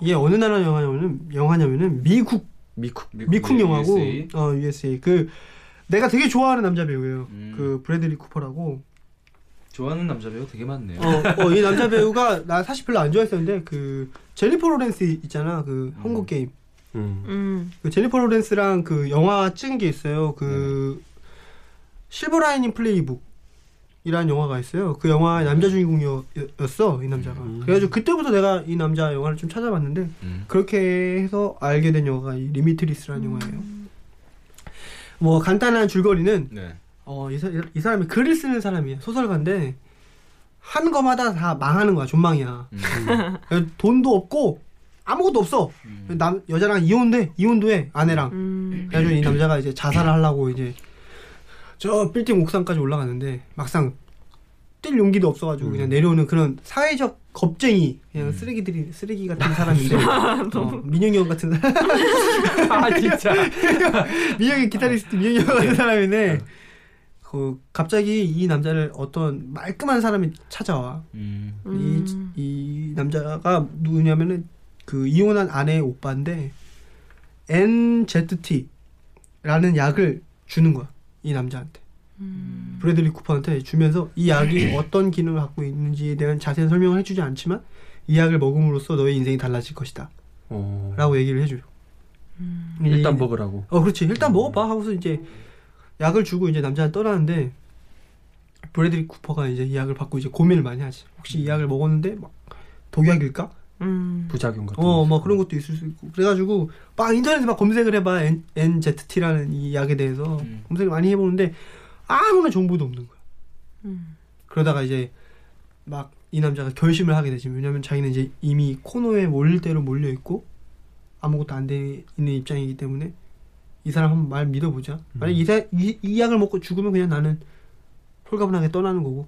Speaker 2: 이게 어느 나라 영화냐면은 영화냐면은 미국 미국 그 미국,
Speaker 4: 미국
Speaker 2: 영화고
Speaker 4: USA.
Speaker 2: 어 USA 그 내가 되게 좋아하는 남자 배우예요
Speaker 1: 음.
Speaker 2: 그 브래들리 쿠퍼라고
Speaker 1: 좋아하는 남자 배우 되게 많네요.
Speaker 2: 어이 남자 배우가 나 사실 별로 안 좋아했었는데 그 제니퍼 로렌스 있잖아 그 한국 게임
Speaker 10: 嗯
Speaker 7: 음.
Speaker 2: 그 제니퍼 로렌스랑 그 영화 찍은 게 있어요. 그 실버라이닝 플레이북. 이라는 영화가 있어요. 그 영화 남자 주인공이었어 이 남자가. 그래가지고 그때부터 내가 이 남자 영화를 좀 찾아봤는데 그렇게 해서 알게 된 영화가 이 리미트리스라는 영화예요. 뭐 간단한 줄거리는
Speaker 1: 네.
Speaker 2: 어, 이, 사, 이 사람이 글을 쓰는 사람이야 소설가인데 한 거마다 다 망하는 거야 존망이야. 돈도 없고 아무것도 없어. 남 여자랑 이혼돼 이혼도 해 아내랑.
Speaker 7: 음,
Speaker 2: 그래가지고 이 남자가 이제 자살을 하려고 이제 저 빌딩 옥상까지 올라갔는데 막상 뛸 용기도 없어가지고 그냥 내려오는 그런 사회적 겁쟁이 그냥 쓰레기들이 쓰레기 같은 사람인데 어, 민영이 형 같은 사람 아 진짜 네. 민영이 기타리스트 민영이 형 같은 사람인데 그 갑자기 이 남자를 어떤 말끔한 사람이 찾아와
Speaker 1: 음.
Speaker 2: 이, 이 남자가 누구냐면은 그 이혼한 아내의 오빠인데 NZT라는 약을 주는 거야 이 남자한테 브래들리 쿠퍼한테 주면서 이 약이 어떤 기능을 갖고 있는지에 대한 자세한 설명을 해주지 않지만 이 약을 먹음으로써 너의 인생이 달라질 것이다
Speaker 5: 어.
Speaker 2: 라고 얘기를 해줘요 이-
Speaker 5: 일단 먹으라고.
Speaker 2: 어 그렇지 일단 먹어봐 하고서 이제 약을 주고 이제 남자는 떠나는데 브래들리 쿠퍼가 이제 이 약을 받고 이제 고민을 많이 하지 혹시 이 약을 먹었는데 막 독약일까
Speaker 7: 음.
Speaker 5: 부작용 같은
Speaker 2: 어, 막 그런 것도 있을 수 있고. 그래가지고 막 인터넷에 막 검색을 해봐 N, NZT라는 이 약에 대해서
Speaker 5: 음.
Speaker 2: 검색을 많이 해보는데 아무런 정보도 없는 거야. 그러다가 이제 막 이 남자가 결심을 하게 되지. 왜냐면 자기는 이제 이미 코너에 몰릴 대로 몰려 있고 아무것도 안 돼 있는 입장이기 때문에 이 사람 한번 말 믿어보자. 만약
Speaker 5: 음.
Speaker 2: 이, 사- 이, 이 약을 먹고 죽으면 그냥 나는 홀가분하게 떠나는 거고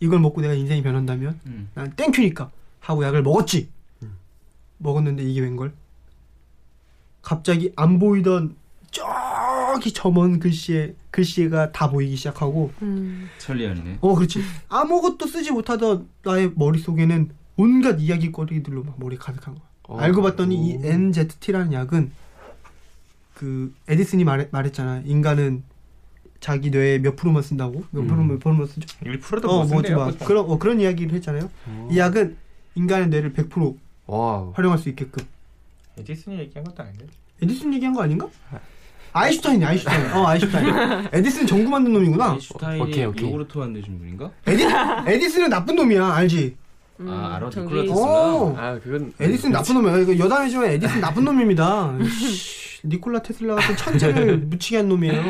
Speaker 2: 이걸 먹고 내가 인생이 변한다면
Speaker 6: 음.
Speaker 2: 난 땡큐니까 하고 약을 먹었지. 먹었는데 이게 웬걸? 갑자기 안 보이던 저기 저먼 글씨에 글씨가 다 보이기 시작하고
Speaker 6: 천리안이네.
Speaker 2: 어 그렇지 아무것도 쓰지 못하던 나의 머릿속에는 온갖 이야기거리들로 막 머리 가득한 거야
Speaker 5: 어.
Speaker 2: 알고 봤더니 이 NZT라는 약은 그 에디슨이 말해, 말했잖아 인간은 자기 뇌에 몇 프로만 쓴다고 몇 프로 몇 프로만 쓰죠
Speaker 4: 1%도
Speaker 2: 어,
Speaker 4: 못
Speaker 2: 뭐지,
Speaker 4: 쓴대요,
Speaker 2: 막
Speaker 4: 보통.
Speaker 2: 그런 어, 그런 이야기를 했잖아요 이 약은 인간의 뇌를 100%
Speaker 5: 와
Speaker 2: 활용할 수 있게끔
Speaker 4: 에디슨이 얘기한 것도 아닌데.
Speaker 2: 에디슨 얘기한 거 아닌가? 아인슈타인이 아인슈타인. 어 아인슈타인. 에디슨 전구 만든 놈이구나.
Speaker 1: 아인슈타인이
Speaker 2: 오케이, 오케이.
Speaker 1: 요구르트 만드신 분인가?
Speaker 2: 에디 에디슨은 나쁜 놈이야 알지?
Speaker 7: 음,
Speaker 2: 어.
Speaker 1: 아 알아
Speaker 2: 저기-
Speaker 1: 니콜라
Speaker 2: 오!
Speaker 1: 테슬라.
Speaker 5: 아 그건
Speaker 2: 에디슨 나쁜 놈이야. 이거 여담이지만 에디슨 나쁜 놈입니다. 씨, 니콜라 테슬라 같은 천재를 묻히게 한 놈이에요.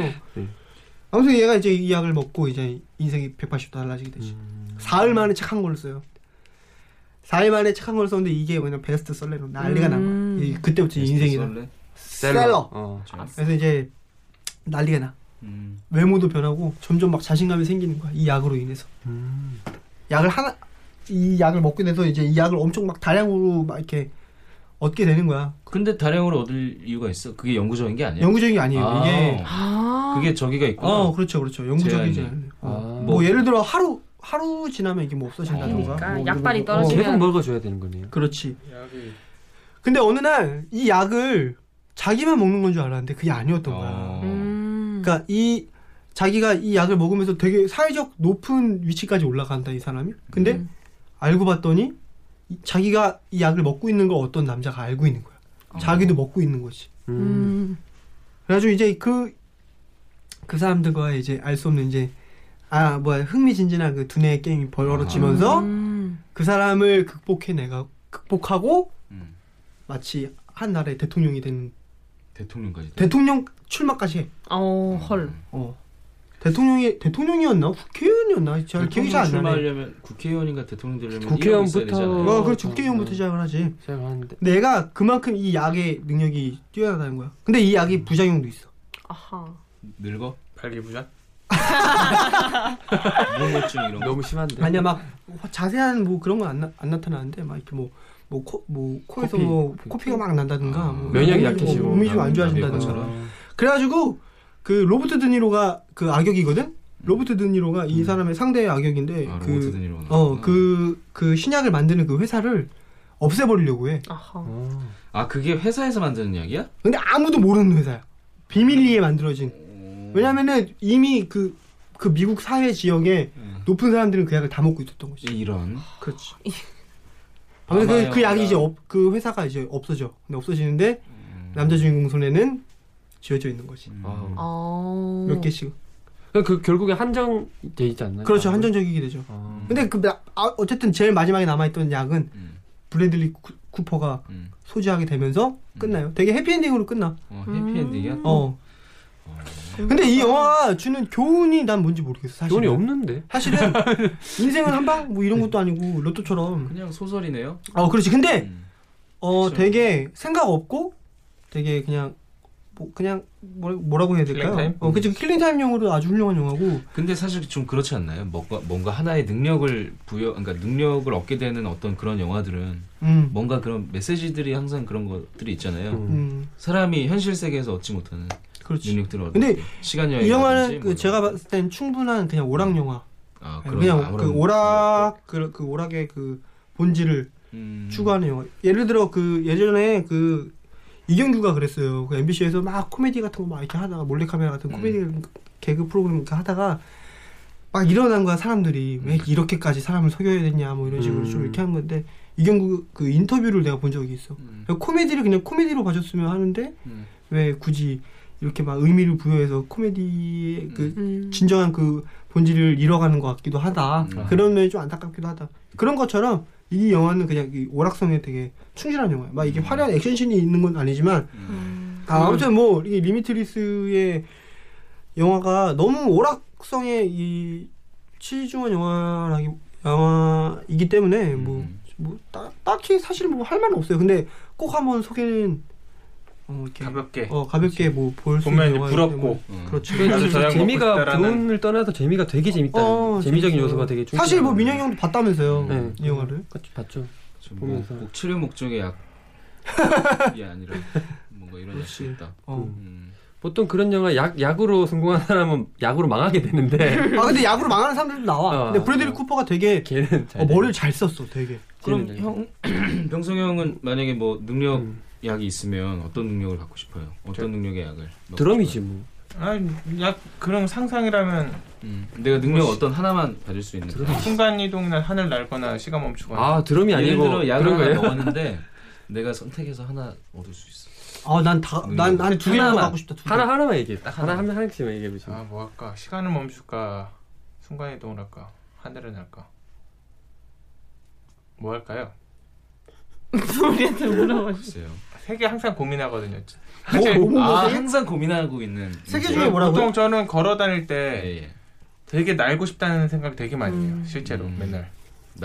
Speaker 2: 아무튼 얘가 이제 이 약을 먹고 이제 인생이 180도 달라지게 되지. 사흘 만에 착한 걸 써요. 사흘 만에 착한 걸 썼는데 이게 그냥 베스트 셀러로 난리가 난 거야. 이- 그때부터 인생이
Speaker 1: 셀러?
Speaker 2: 셀러.
Speaker 1: 셀러.
Speaker 5: 어.
Speaker 2: 그래서 이제 난리가 나. 음. 외모도 변하고 점점 막 자신감이 생기는 거야. 이 약으로 인해서. 약을 하나 이 약을 먹게 돼서 이제 이 약을 엄청 막 다량으로 막 이렇게 얻게 되는 거야.
Speaker 1: 근데 다량으로 얻을 이유가 있어? 그게 영구적인 게 예. 아니야? 아,
Speaker 2: 영구적인 게 아니에요. 이게
Speaker 1: 그게 저기가 있구나.
Speaker 2: 어, 그렇죠, 그렇죠. 영구적이지
Speaker 1: 제한이.
Speaker 2: 않아요.
Speaker 1: 아.
Speaker 2: 뭐 예를 들어 하루 하루 지나면 이게 뭐 없어진다던가.
Speaker 7: 그러니까
Speaker 2: 뭐
Speaker 7: 약발이
Speaker 2: 이런 거.
Speaker 7: 떨어지면- 계속
Speaker 5: 먹어줘야 되는 거네요.
Speaker 2: 그렇지. 근데 어느 날 이 약을 자기만 먹는 건 줄 알았는데 그게 아니었던 거야.
Speaker 7: 음.
Speaker 10: 嗯
Speaker 2: 그러니까 이 자기가 이 약을 먹으면서 되게 사회적 높은 위치까지 올라간다 이 사람이. 근데 알고 봤더니 이- 자기가 이 약을 먹고 있는 걸 어떤 남자가 알고 있는
Speaker 7: 음.
Speaker 2: 거야. 자기도 먹고 있는 거지. 그래가지고 이제 그 그 사람들과 이제 알 수 없는 이제 아 뭐야 흥미진진한 그 두뇌의 게임이
Speaker 7: 아.
Speaker 2: 벌어지면서
Speaker 7: 음.
Speaker 2: 그 사람을 극복해 내가 극복하고 마치 한 나라의 대통령이 되는
Speaker 1: 대통령까지.
Speaker 2: 대통령 출마까지 해.
Speaker 7: 어, 헐.
Speaker 2: 어. 대통령이 대통령이었나 국회의원이었나 잘 기억이 잘 안 나네.
Speaker 1: 출마하려면 국회의원인가 대통령 되려면 일하고 음. 있어야 되잖아요.
Speaker 2: 어, 그렇지. 국회의원부터 시작을 하지.
Speaker 5: 시작을 하는데.
Speaker 2: 내가 그만큼 이 약의 능력이 뛰어나다는 거야. 근데 이
Speaker 1: 음.
Speaker 2: 약이 부작용도 있어.
Speaker 7: 아하.
Speaker 1: 늙어?
Speaker 4: 발기부전?
Speaker 1: 무호증 이런 거.
Speaker 5: 너무
Speaker 1: 네.
Speaker 5: 심한데.
Speaker 2: 아니야 막 자세한 뭐 그런 건 안 나타나는데 막 이렇게 뭐 뭐 코 뭐 코에서
Speaker 5: 코피.
Speaker 2: 뭐 코피가 막 난다든가
Speaker 1: 아.
Speaker 2: 뭐
Speaker 5: 면역이
Speaker 2: 몸이
Speaker 5: 약해지고
Speaker 2: 뭐 몸이 좀 안
Speaker 5: 남-
Speaker 2: 좋아진다든가.
Speaker 5: 남의
Speaker 2: 그래가지고 그 로버트 드니로가 그 악역이거든. 로버트 드니로가 이 사람의 상대의 악역인데
Speaker 1: 음. 아, 로버트 드니로가
Speaker 2: 그 그어그그 신약을 만드는 그 회사를 없애버리려고 해.
Speaker 1: 아 그게 회사에서 만드는 약이야?
Speaker 2: 근데 아무도 모르는 회사야. 비밀리에 만들어진. 왜냐면은 이미 그, 그 미국 사회 지역에 높은 사람들은 그 약을 다 먹고 있었던 거지.
Speaker 1: 이런.
Speaker 2: 그렇지. 근데 그, 그 약이 이제 없, 그 회사가 이제 없어져. 근데 없어지는데 남자 주인공 손에는 지어져 있는 거지.
Speaker 1: 아.
Speaker 7: 어.
Speaker 2: 몇 개씩.
Speaker 5: 그 결국에 한정돼 있지 않나요?
Speaker 2: 그렇죠. 한정적이게 되죠. 근데 그 나- 아, 어쨌든 제일 마지막에 남아있던 약은 브래들리 쿠- 쿠퍼가 소지하게 되면서 끝나요. 되게 해피엔딩으로 끝나.
Speaker 1: 어,
Speaker 7: 음.
Speaker 1: 해피엔딩이야?
Speaker 2: 어. 근데 이 영화가 주는 교훈이 난 뭔지 모르겠어. 사실
Speaker 5: 교훈이 아, 없는데.
Speaker 2: 사실은 인생은 한방 뭐 이런 것도 아니고 로또처럼.
Speaker 1: 그냥 소설이네요.
Speaker 2: 어 그렇지. 근데 어 되게 생각 없고 되게 그냥 뭐 그냥 뭐라- 뭐라고 해야 될까요?
Speaker 1: 킬링타임?
Speaker 2: 어 그치 킬링 타임용으로 아주 훌륭한 영화고.
Speaker 1: 근데 사실 좀 그렇지 않나요? 뭔가 뭔가 하나의 능력을 부여, 그러니까 능력을 얻게 되는 어떤 그런 영화들은
Speaker 2: 음.
Speaker 1: 뭔가 그런 메시지들이 항상 그런 것들이 있잖아요.
Speaker 2: 음.
Speaker 1: 사람이 현실 세계에서 얻지 못하는 능력들을 얻고
Speaker 2: 근데
Speaker 1: 시간 여행
Speaker 2: 이 영화는 그 제가 봤을 땐 충분한 그냥 오락 영화.
Speaker 1: 아,
Speaker 2: 네,
Speaker 1: 그런
Speaker 2: 그냥
Speaker 1: 아무런
Speaker 2: 그 오락 그, 그 오락의 그 본질을 음.
Speaker 1: 음.
Speaker 2: 추구하는 영화. 예를 들어 그 예전에 그 이경규가 그랬어요. 그 MBC에서 막 코미디 같은 거 막 이렇게 하다가 몰래 카메라 같은 코미디 개그 프로그램 이렇게 하다가 막 일어난 거야 사람들이 왜 이렇게까지 사람을 속여야 되냐 뭐 이런 식으로 좀
Speaker 5: 음.
Speaker 2: 이렇게 한 건데 이경규 그 인터뷰를 내가 본 적이 있어. 그러니까 코미디를 그냥 코미디로 봐줬으면 하는데 왜 굳이 이렇게 막 의미를 부여해서 코미디의 그
Speaker 10: 음. 嗯
Speaker 2: 진정한 그 본질을 잃어가는 것 같기도
Speaker 1: 음.
Speaker 2: 하다. 그런 면이 좀 안타깝기도 하다. 그런 것처럼 이 영화는 그냥 이 오락성에 되게 충실한 영화야. 막 이게 화려한 액션씬이 있는 건 아니지만
Speaker 10: 음.
Speaker 2: 아, 아무튼 뭐 이게 리미트리스의 영화가 너무 오락성에 이 치중한 영화라기 영화이기 때문에 뭐, 뭐 따- 딱히 사실 뭐 할 말은 없어요. 근데 꼭 한번 소개는 어, 이렇게
Speaker 4: 가볍게
Speaker 2: 어 가볍게 뭐 볼 수
Speaker 4: 보면
Speaker 2: 있는
Speaker 4: 이제
Speaker 2: 영화
Speaker 4: 부럽고
Speaker 2: 그렇죠.
Speaker 5: 그러니까 재미가 교훈을 떠나서 재미가 되게 재밌다.
Speaker 2: 어,
Speaker 5: 는 재미적인
Speaker 2: 재밌어요.
Speaker 5: 요소가 되게 중.
Speaker 2: 사실 뭐 민영이 형도 봤다면서요
Speaker 5: 네.
Speaker 2: 이 영화를
Speaker 5: 봤죠.
Speaker 1: 음. 뭐,
Speaker 5: 보면서.
Speaker 1: 꼭 치료 목적의 약이 아니라 뭔가 이런 약이 있다.
Speaker 2: 어.
Speaker 5: 음. 보통 그런 영화 약 약으로 성공한 사람은 약으로 망하게 되는데.
Speaker 2: 아 근데 야구로 망하는 사람들도 나와.
Speaker 5: 어,
Speaker 2: 근데 브래들리 쿠퍼가 되게
Speaker 5: 잘
Speaker 2: 어, 머리를 잘 썼어, 되게.
Speaker 1: 그럼 형 네, 병성 형은 만약에 뭐 능력
Speaker 2: 음.
Speaker 1: 약이 있으면 어떤 능력을 갖고 싶어요? 어떤 능력의 약을? 먹고
Speaker 5: 드럼이지 뭐.
Speaker 4: 아약 그런 상상이라면
Speaker 1: 싶어요? 음. 내가 능력 어떤 하나만 가질 수 있는.
Speaker 4: 순간 이동이나 하늘 날거나 시간
Speaker 5: 어.
Speaker 4: 멈추거나
Speaker 5: 아,
Speaker 1: 예를 들어 약을 하나 먹었는데 내가 선택해서 하나 얻을 수 있어.
Speaker 2: 아, 아난난난두 개만
Speaker 1: 하나만.
Speaker 2: 갖고 싶다. 두 개.
Speaker 5: 하나 하나만 얘기해.
Speaker 4: 딱
Speaker 5: 하나
Speaker 4: 하나.
Speaker 5: 한 하나씩만 얘기해 보시면.
Speaker 4: 아 뭐 할까 시간을 멈출까 순간 이동을 할까 하늘을 날까 뭐 할까요?
Speaker 7: 우리한테 물어봐
Speaker 1: 주세요.
Speaker 4: 세계 항상 고민하거든요.
Speaker 1: 뭐, 뭐, 아, 항상 고민하고 있는 문제. 예,
Speaker 4: 보통 저는 걸어 다닐 때 되게 날고 싶다는 생각 되게 많이 해요.
Speaker 2: 음.
Speaker 4: 실제로
Speaker 1: 음.
Speaker 4: 맨날 네,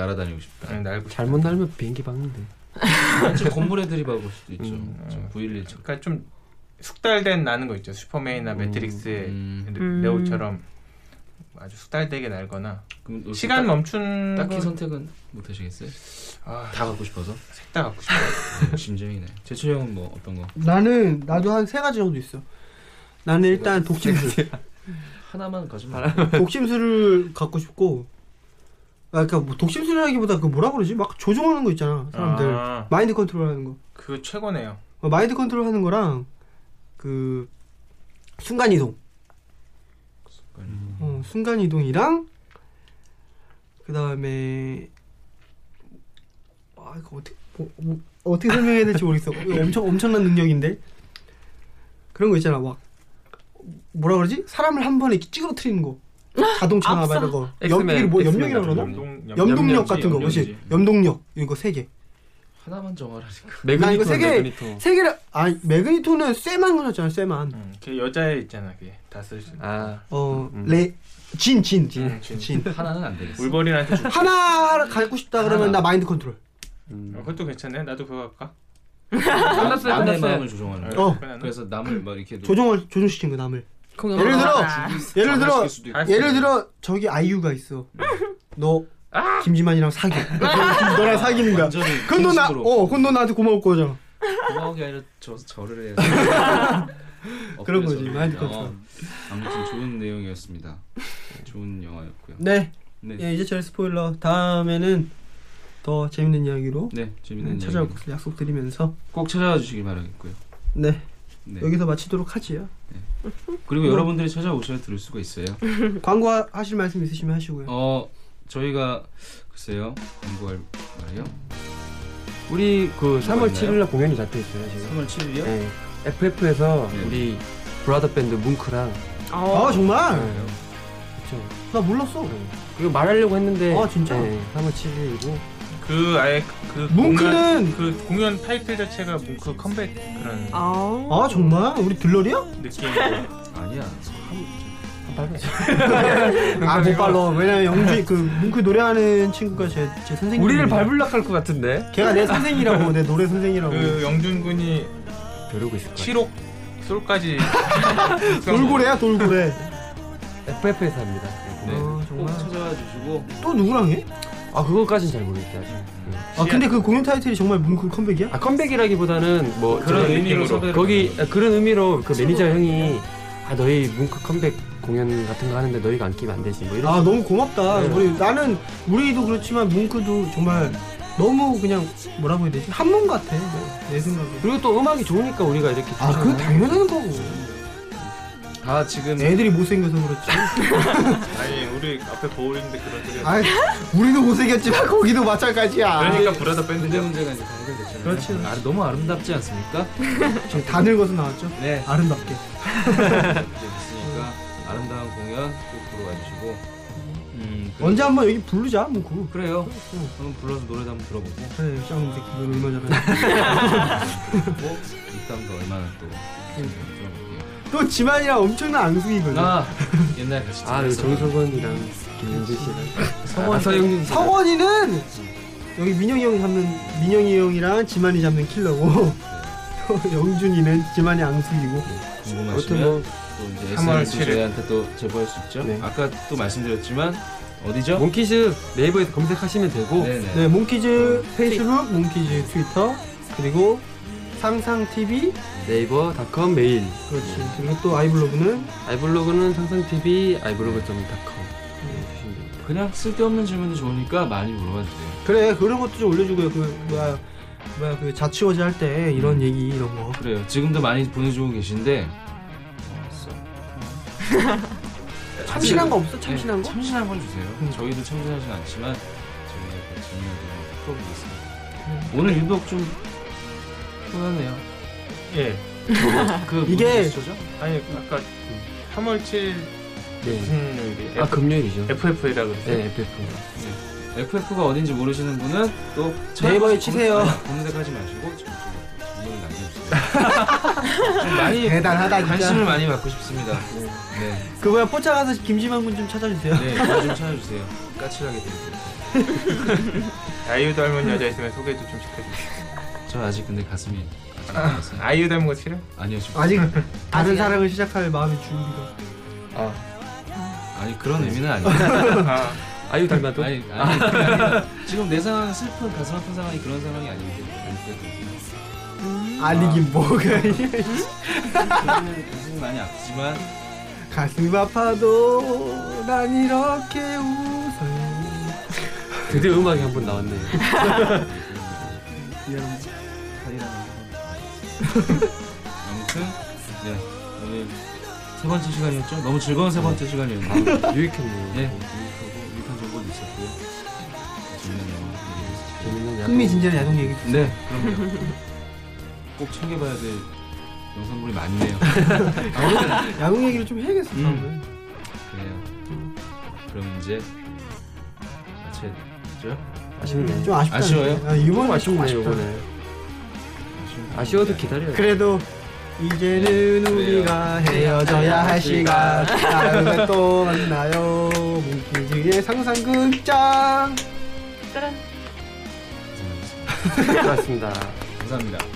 Speaker 1: 날아다니고 싶다.
Speaker 4: 날고 싶다.
Speaker 5: 잘못 날면 비행기 박는데.
Speaker 1: 좀 건물에 들이박을 수도 있죠. 좀 911 좀.
Speaker 4: 그러니까 좀 숙달된 나는 거 있죠.
Speaker 1: 음.
Speaker 4: 슈퍼맨이나 매트릭스의
Speaker 2: 음.
Speaker 4: 레- 레오처럼 아주 숙달되게 날거나
Speaker 1: 그럼
Speaker 4: 시간
Speaker 1: 딱-
Speaker 4: 멈춘
Speaker 1: 딱히
Speaker 4: 건-
Speaker 1: 선택은 못 하시겠어요?
Speaker 4: 아,
Speaker 1: 다 갖고 싶어서?
Speaker 4: 다 갖고
Speaker 1: 싶어요. 심정이네. 제철 형은 뭐 어떤 거?
Speaker 2: 나는 나도 한 세 가지 정도 있어. 나는 일단 독침술.
Speaker 1: 하나만 가지면
Speaker 2: 독침술을 갖고 싶고. 아, 그러니까 뭐 독침술이라기보다 그 뭐라 그러지? 막 조종하는 거 있잖아, 사람들.
Speaker 4: 아.
Speaker 2: 마인드 컨트롤하는 거.
Speaker 4: 그거 최고네요.
Speaker 2: 어, 마인드 컨트롤하는 거랑 그 순간 이동. 어, 순간 이동이랑 그 다음에 아 이거 어떻게 뭐, 뭐, 어떻게 설명해야 될지 모르겠어. 이거 엄청 엄청난 능력인데 그런 거 있잖아 막 뭐라 그러지? 사람을 한 번에 이렇게 찌그러뜨리는 거. 자동차나 막
Speaker 4: 압사.
Speaker 2: 이런 거.
Speaker 4: 엑스맨,
Speaker 2: 염기를 뭐
Speaker 4: 엑스맨
Speaker 2: 염력이라
Speaker 4: 같은
Speaker 2: 그러나?
Speaker 4: 거. 염동- 염-
Speaker 2: 염동력
Speaker 4: 염력이지,
Speaker 2: 같은 거. 그렇지.
Speaker 4: 염력이지.
Speaker 2: 염동력. 이거 세 개.
Speaker 1: 하나만 정하라니까.
Speaker 2: 난 이거 세 개,
Speaker 4: 매그니토.
Speaker 2: 세 개를 아 매그니토는 쇠만 그렸잖아, 쇠만.
Speaker 4: 음, 걔 여자애 있잖아, 걔. 다 쓸 수 있는.
Speaker 1: 아.
Speaker 2: 어, 레, 진,
Speaker 1: 음,
Speaker 2: 진, 진,
Speaker 4: 진.
Speaker 1: 하나는 안 되겠어.
Speaker 4: 울버린한테 줄-
Speaker 2: 하나 갖고 싶다 그러면
Speaker 4: 하나.
Speaker 2: 나 마인드 컨트롤.
Speaker 1: 음.
Speaker 4: 어, 그것도 괜찮네. 나도 그거 할까? 아,
Speaker 2: 끝났어요,
Speaker 1: 남의
Speaker 2: 끝났어요.
Speaker 1: 마음을 조종하는 거야.
Speaker 2: 어.
Speaker 4: 네.
Speaker 1: 그래서 남을 막 이렇게
Speaker 2: 조종을 조종시킨 거 남을.
Speaker 1: 그럼
Speaker 2: 예를 들어,
Speaker 7: 아.
Speaker 1: 넘어가라.
Speaker 2: 예를 들어,
Speaker 1: 당할 수도 있고.
Speaker 2: 예를 들어 저기 아이유가 있어. 너
Speaker 1: 아.
Speaker 2: 김지만이랑 사귀. 너랑 사귀는 거야.
Speaker 1: 완전히
Speaker 2: 그러니까 그건 너 나,
Speaker 1: 공식으로.
Speaker 2: 어, 그건 너 나한테 고마울 거잖아.
Speaker 1: 고마운 게 아니라 저 절을 해요.
Speaker 2: 그런 거지, 마인드 컨트롤.
Speaker 1: 어, 아무튼 좋은 내용이었습니다. 좋은 영화였고요.
Speaker 2: 네.
Speaker 1: 네.
Speaker 2: 예, 이제 절 스포일러. 다음에는 더 재밌는 이야기로
Speaker 1: 네, 재밌는
Speaker 2: 찾아올
Speaker 1: 이야기로.
Speaker 2: 것을 약속드리면서
Speaker 1: 꼭 찾아와 주시길 바라겠고요.
Speaker 2: 네.
Speaker 1: 네.
Speaker 2: 여기서 마치도록 하지요.
Speaker 1: 그리고
Speaker 2: 뭐-
Speaker 1: 여러분들이 찾아오셔야 네. 들을 수가 있어요.
Speaker 2: 광고 하- 하실 말씀 있으시면 하시고요.
Speaker 1: 어 저희가 글쎄요 광고할 말이요. 우리
Speaker 5: 그 3월
Speaker 1: 있나요?
Speaker 5: 7일 날 공연이 잡혀 있어요, 지금.
Speaker 1: 3월 7일이요?
Speaker 5: 네. FF에서 우리 브라더 밴드 뭉크랑
Speaker 1: 어.
Speaker 2: 아, 정말?
Speaker 1: 네,
Speaker 5: 그렇죠.
Speaker 2: 나 몰랐어.
Speaker 5: 그거 말하려고 했는데
Speaker 2: 아, 진짜?
Speaker 5: 네, 3월 7일이고
Speaker 4: 그 아예 그
Speaker 2: 뭉크는-
Speaker 4: 공연, 그 공연 타이틀 자체가 뭉크 컴백 그런
Speaker 7: 아,
Speaker 2: 아 정말? 우리 들러리야?
Speaker 5: 아,
Speaker 4: 느낌.
Speaker 1: 아니야.
Speaker 2: 그러니까 아못 발로 왜냐면 영주 그 뭉크 노래하는 친구가 제 제 선생님
Speaker 5: 네. 우리를 밟으려고 할 것 같은데
Speaker 2: 걔가 내 선생이라고 내 노래 선생이라고
Speaker 5: 네.
Speaker 4: 그 영준 군이
Speaker 5: 벼르고 있을 거야.
Speaker 4: 7옥 솔까지
Speaker 2: 돌고래야 돌고래
Speaker 5: 네. FF에서 합니다.
Speaker 1: 네.
Speaker 5: 어,
Speaker 2: 아,
Speaker 1: 꼭 찾아와 주시고
Speaker 2: 또 누구랑 해?
Speaker 5: 아 그거까진 잘 모르겠다. 아직. 네.
Speaker 2: 아 근데 그 공연 타이틀이 정말 뭉크 컴백이야?
Speaker 5: 아 컴백이라기보다는 뭐
Speaker 1: 그런
Speaker 5: 저기-
Speaker 1: 의미로 섭외를
Speaker 5: 거기 아, 그런 의미로 그 매니저 형이 아 너희 뭉크 컴백 공연 같은 거 하는데 너희가 안 끼면 안 되지 뭐 이런
Speaker 2: 아 너무 고맙다
Speaker 5: 네.
Speaker 2: 우리 나는 우리도 그렇지만 뭉크도 정말 너무 그냥 뭐라고 해야 되지 한 몸 같아 내 생각에
Speaker 5: 그리고 또 음악이 좋으니까 우리가 이렇게
Speaker 2: 아 그건 당연한 거고
Speaker 1: 다 지금
Speaker 2: 애들이 못생겨서 그렇지
Speaker 4: 아니 우리 앞에 거울인데 그런 소리.
Speaker 2: 아 우리도 못생겼지만 거기도 마찬가지야
Speaker 4: 그러니까 브라더 밴드
Speaker 5: 뭐
Speaker 1: 군대 문제가 이제 관리가 됐잖아요.
Speaker 2: 그렇지.
Speaker 1: 아, 너무 아름답지 않습니까?
Speaker 2: 지금 다 늙어서 나왔죠?
Speaker 1: 네.
Speaker 2: 아름답게
Speaker 1: 이제 됐으니까 아름다운 공연 꼭 보러 와주시고 음, 그리고-
Speaker 2: 언제 한번 여기 부르자 뭉크
Speaker 1: 그래요. 한번 불러서 노래도 한번 들어보고
Speaker 2: 그래 쌍놈 새끼 노래 얼마 잘하냐
Speaker 1: 그리고 입담도 얼마나 또 들어볼게요.
Speaker 2: 또 지만이랑 엄청난 앙숙이거든
Speaker 1: 아 옛날 같이
Speaker 5: 아 여기 정석원이랑 김민재 씨랑 아, 성원 서영준 씨
Speaker 2: 성원이는 여기 민영이 형이 잡는 민영이 형이랑 지만이 잡는 킬러고 또 영준이는 지만이 앙숙이고
Speaker 1: 궁금하시면
Speaker 2: 아무튼 뭐
Speaker 1: 또 이제
Speaker 5: 3월
Speaker 1: SNS
Speaker 5: 칠일.
Speaker 1: 저희한테 또 제보할 수 있죠. 아까 또 말씀드렸지만 어디죠?
Speaker 5: 뭐, 몽키즈 네이버에서 검색하시면 되고
Speaker 1: 네네.
Speaker 2: 네 몽키즈 페이스북 몽키즈 트위터 그리고 상상 TV
Speaker 5: 네이버닷컴 메일
Speaker 2: 그렇지 그리고 또 아이블로그는
Speaker 5: 아이블로그는 상상TV 아이블로그.com
Speaker 1: 그냥 쓸데없는 질문도 좋으니까 많이 물어봐 주세요.
Speaker 2: 그래 그런 것도 좀 올려주고요 그 뭐야 뭐야 그 자취워제 할 때 이런 얘기 이런 거
Speaker 1: 그래요. 지금도 많이 보내주고 계신데 어, 써.
Speaker 2: 참신한 거 없어? 참신한 거?
Speaker 1: 네, 참신한 걸 주세요. 저희도 참신하진 않지만 저희가 그 질문을 좀
Speaker 2: 음.
Speaker 1: 풀어보겠습니다. 오늘 유독 좀 후련해요.
Speaker 4: 예.
Speaker 1: 그
Speaker 2: 아, 이게
Speaker 4: 아니 아까 3월 7일
Speaker 5: 네.
Speaker 4: 무슨 요일이?
Speaker 5: 아, 금요일이죠.
Speaker 4: FF이라 그랬어요.
Speaker 5: 네, FF.
Speaker 1: FF가 어딘지 모르시는 분은 또
Speaker 2: 네이버에 치세요.
Speaker 1: 아니, 검색하지 마시고 저쪽에 질문을 남겨주세요. 좀 많이
Speaker 2: 대단하다, 진짜.
Speaker 1: 관심을 많이 받고 싶습니다. 네.
Speaker 2: 그 뭐야 포차 가서 김지만 군 좀 찾아주세요
Speaker 1: 네, 저좀 찾아주세요. 까칠하게 드릴게요.
Speaker 4: 아이유 닮은 여자 있으면 소개도 좀 시켜주세요.
Speaker 1: 저 아직 근데 가슴이 아직 안
Speaker 4: 아,
Speaker 1: 왔어요.
Speaker 4: 아이유 닮은 거 싫어?
Speaker 1: 아니요, 지금.
Speaker 2: 아직 다른
Speaker 4: 아직은-
Speaker 2: 사랑을 시작할 마음의 준비가
Speaker 1: 아니
Speaker 4: 네.
Speaker 1: 그런 의미는 아니에요.
Speaker 5: 아유 닮아도?
Speaker 1: 아니, 아니, 그게 아니라 지금 내 상황은 슬픈 가슴 아픈 상황이 그런 상황이 아닌데.
Speaker 2: 아니긴 뭐가
Speaker 1: 가슴이 많이 아프지만
Speaker 2: 가슴 아파도 난 이렇게 웃어요
Speaker 5: 드디어 음악이 한 번 나왔네요.
Speaker 1: 미안합니다. 아무튼 네 오늘 세 번째 시간이었죠. 너무 즐거운 세 번째 시간이었는데
Speaker 5: 아, 유익했네요.
Speaker 1: 네 유익하고 유익한 정보도 있었고요. 재밌는 영화 얘기를
Speaker 5: 재밌는
Speaker 1: 했었죠.
Speaker 5: 야동.
Speaker 2: 흥미진진한 야동 얘기
Speaker 1: 네 그럼요. 꼭 챙겨봐야 될 영상물이 많네요.
Speaker 2: 야구- 야구 얘기를 좀 해야겠어.
Speaker 1: 음. 그래요. 그럼 이제 마치죠.
Speaker 2: 아쉽네. 좀 아쉽다.
Speaker 1: 아쉬워요?
Speaker 2: 아, 이번에
Speaker 1: 좀
Speaker 2: 아쉽네,
Speaker 1: 아쉽다.
Speaker 2: 이번에.
Speaker 5: 아쉬워도 기다려요.
Speaker 2: 그래도
Speaker 1: 네,
Speaker 2: 이제는 우리가 헤어져야 할 시간. 다음에 또 만나요. 문키즈의 상상극장.
Speaker 7: 짜란.
Speaker 1: 고맙습니다. 감사합니다.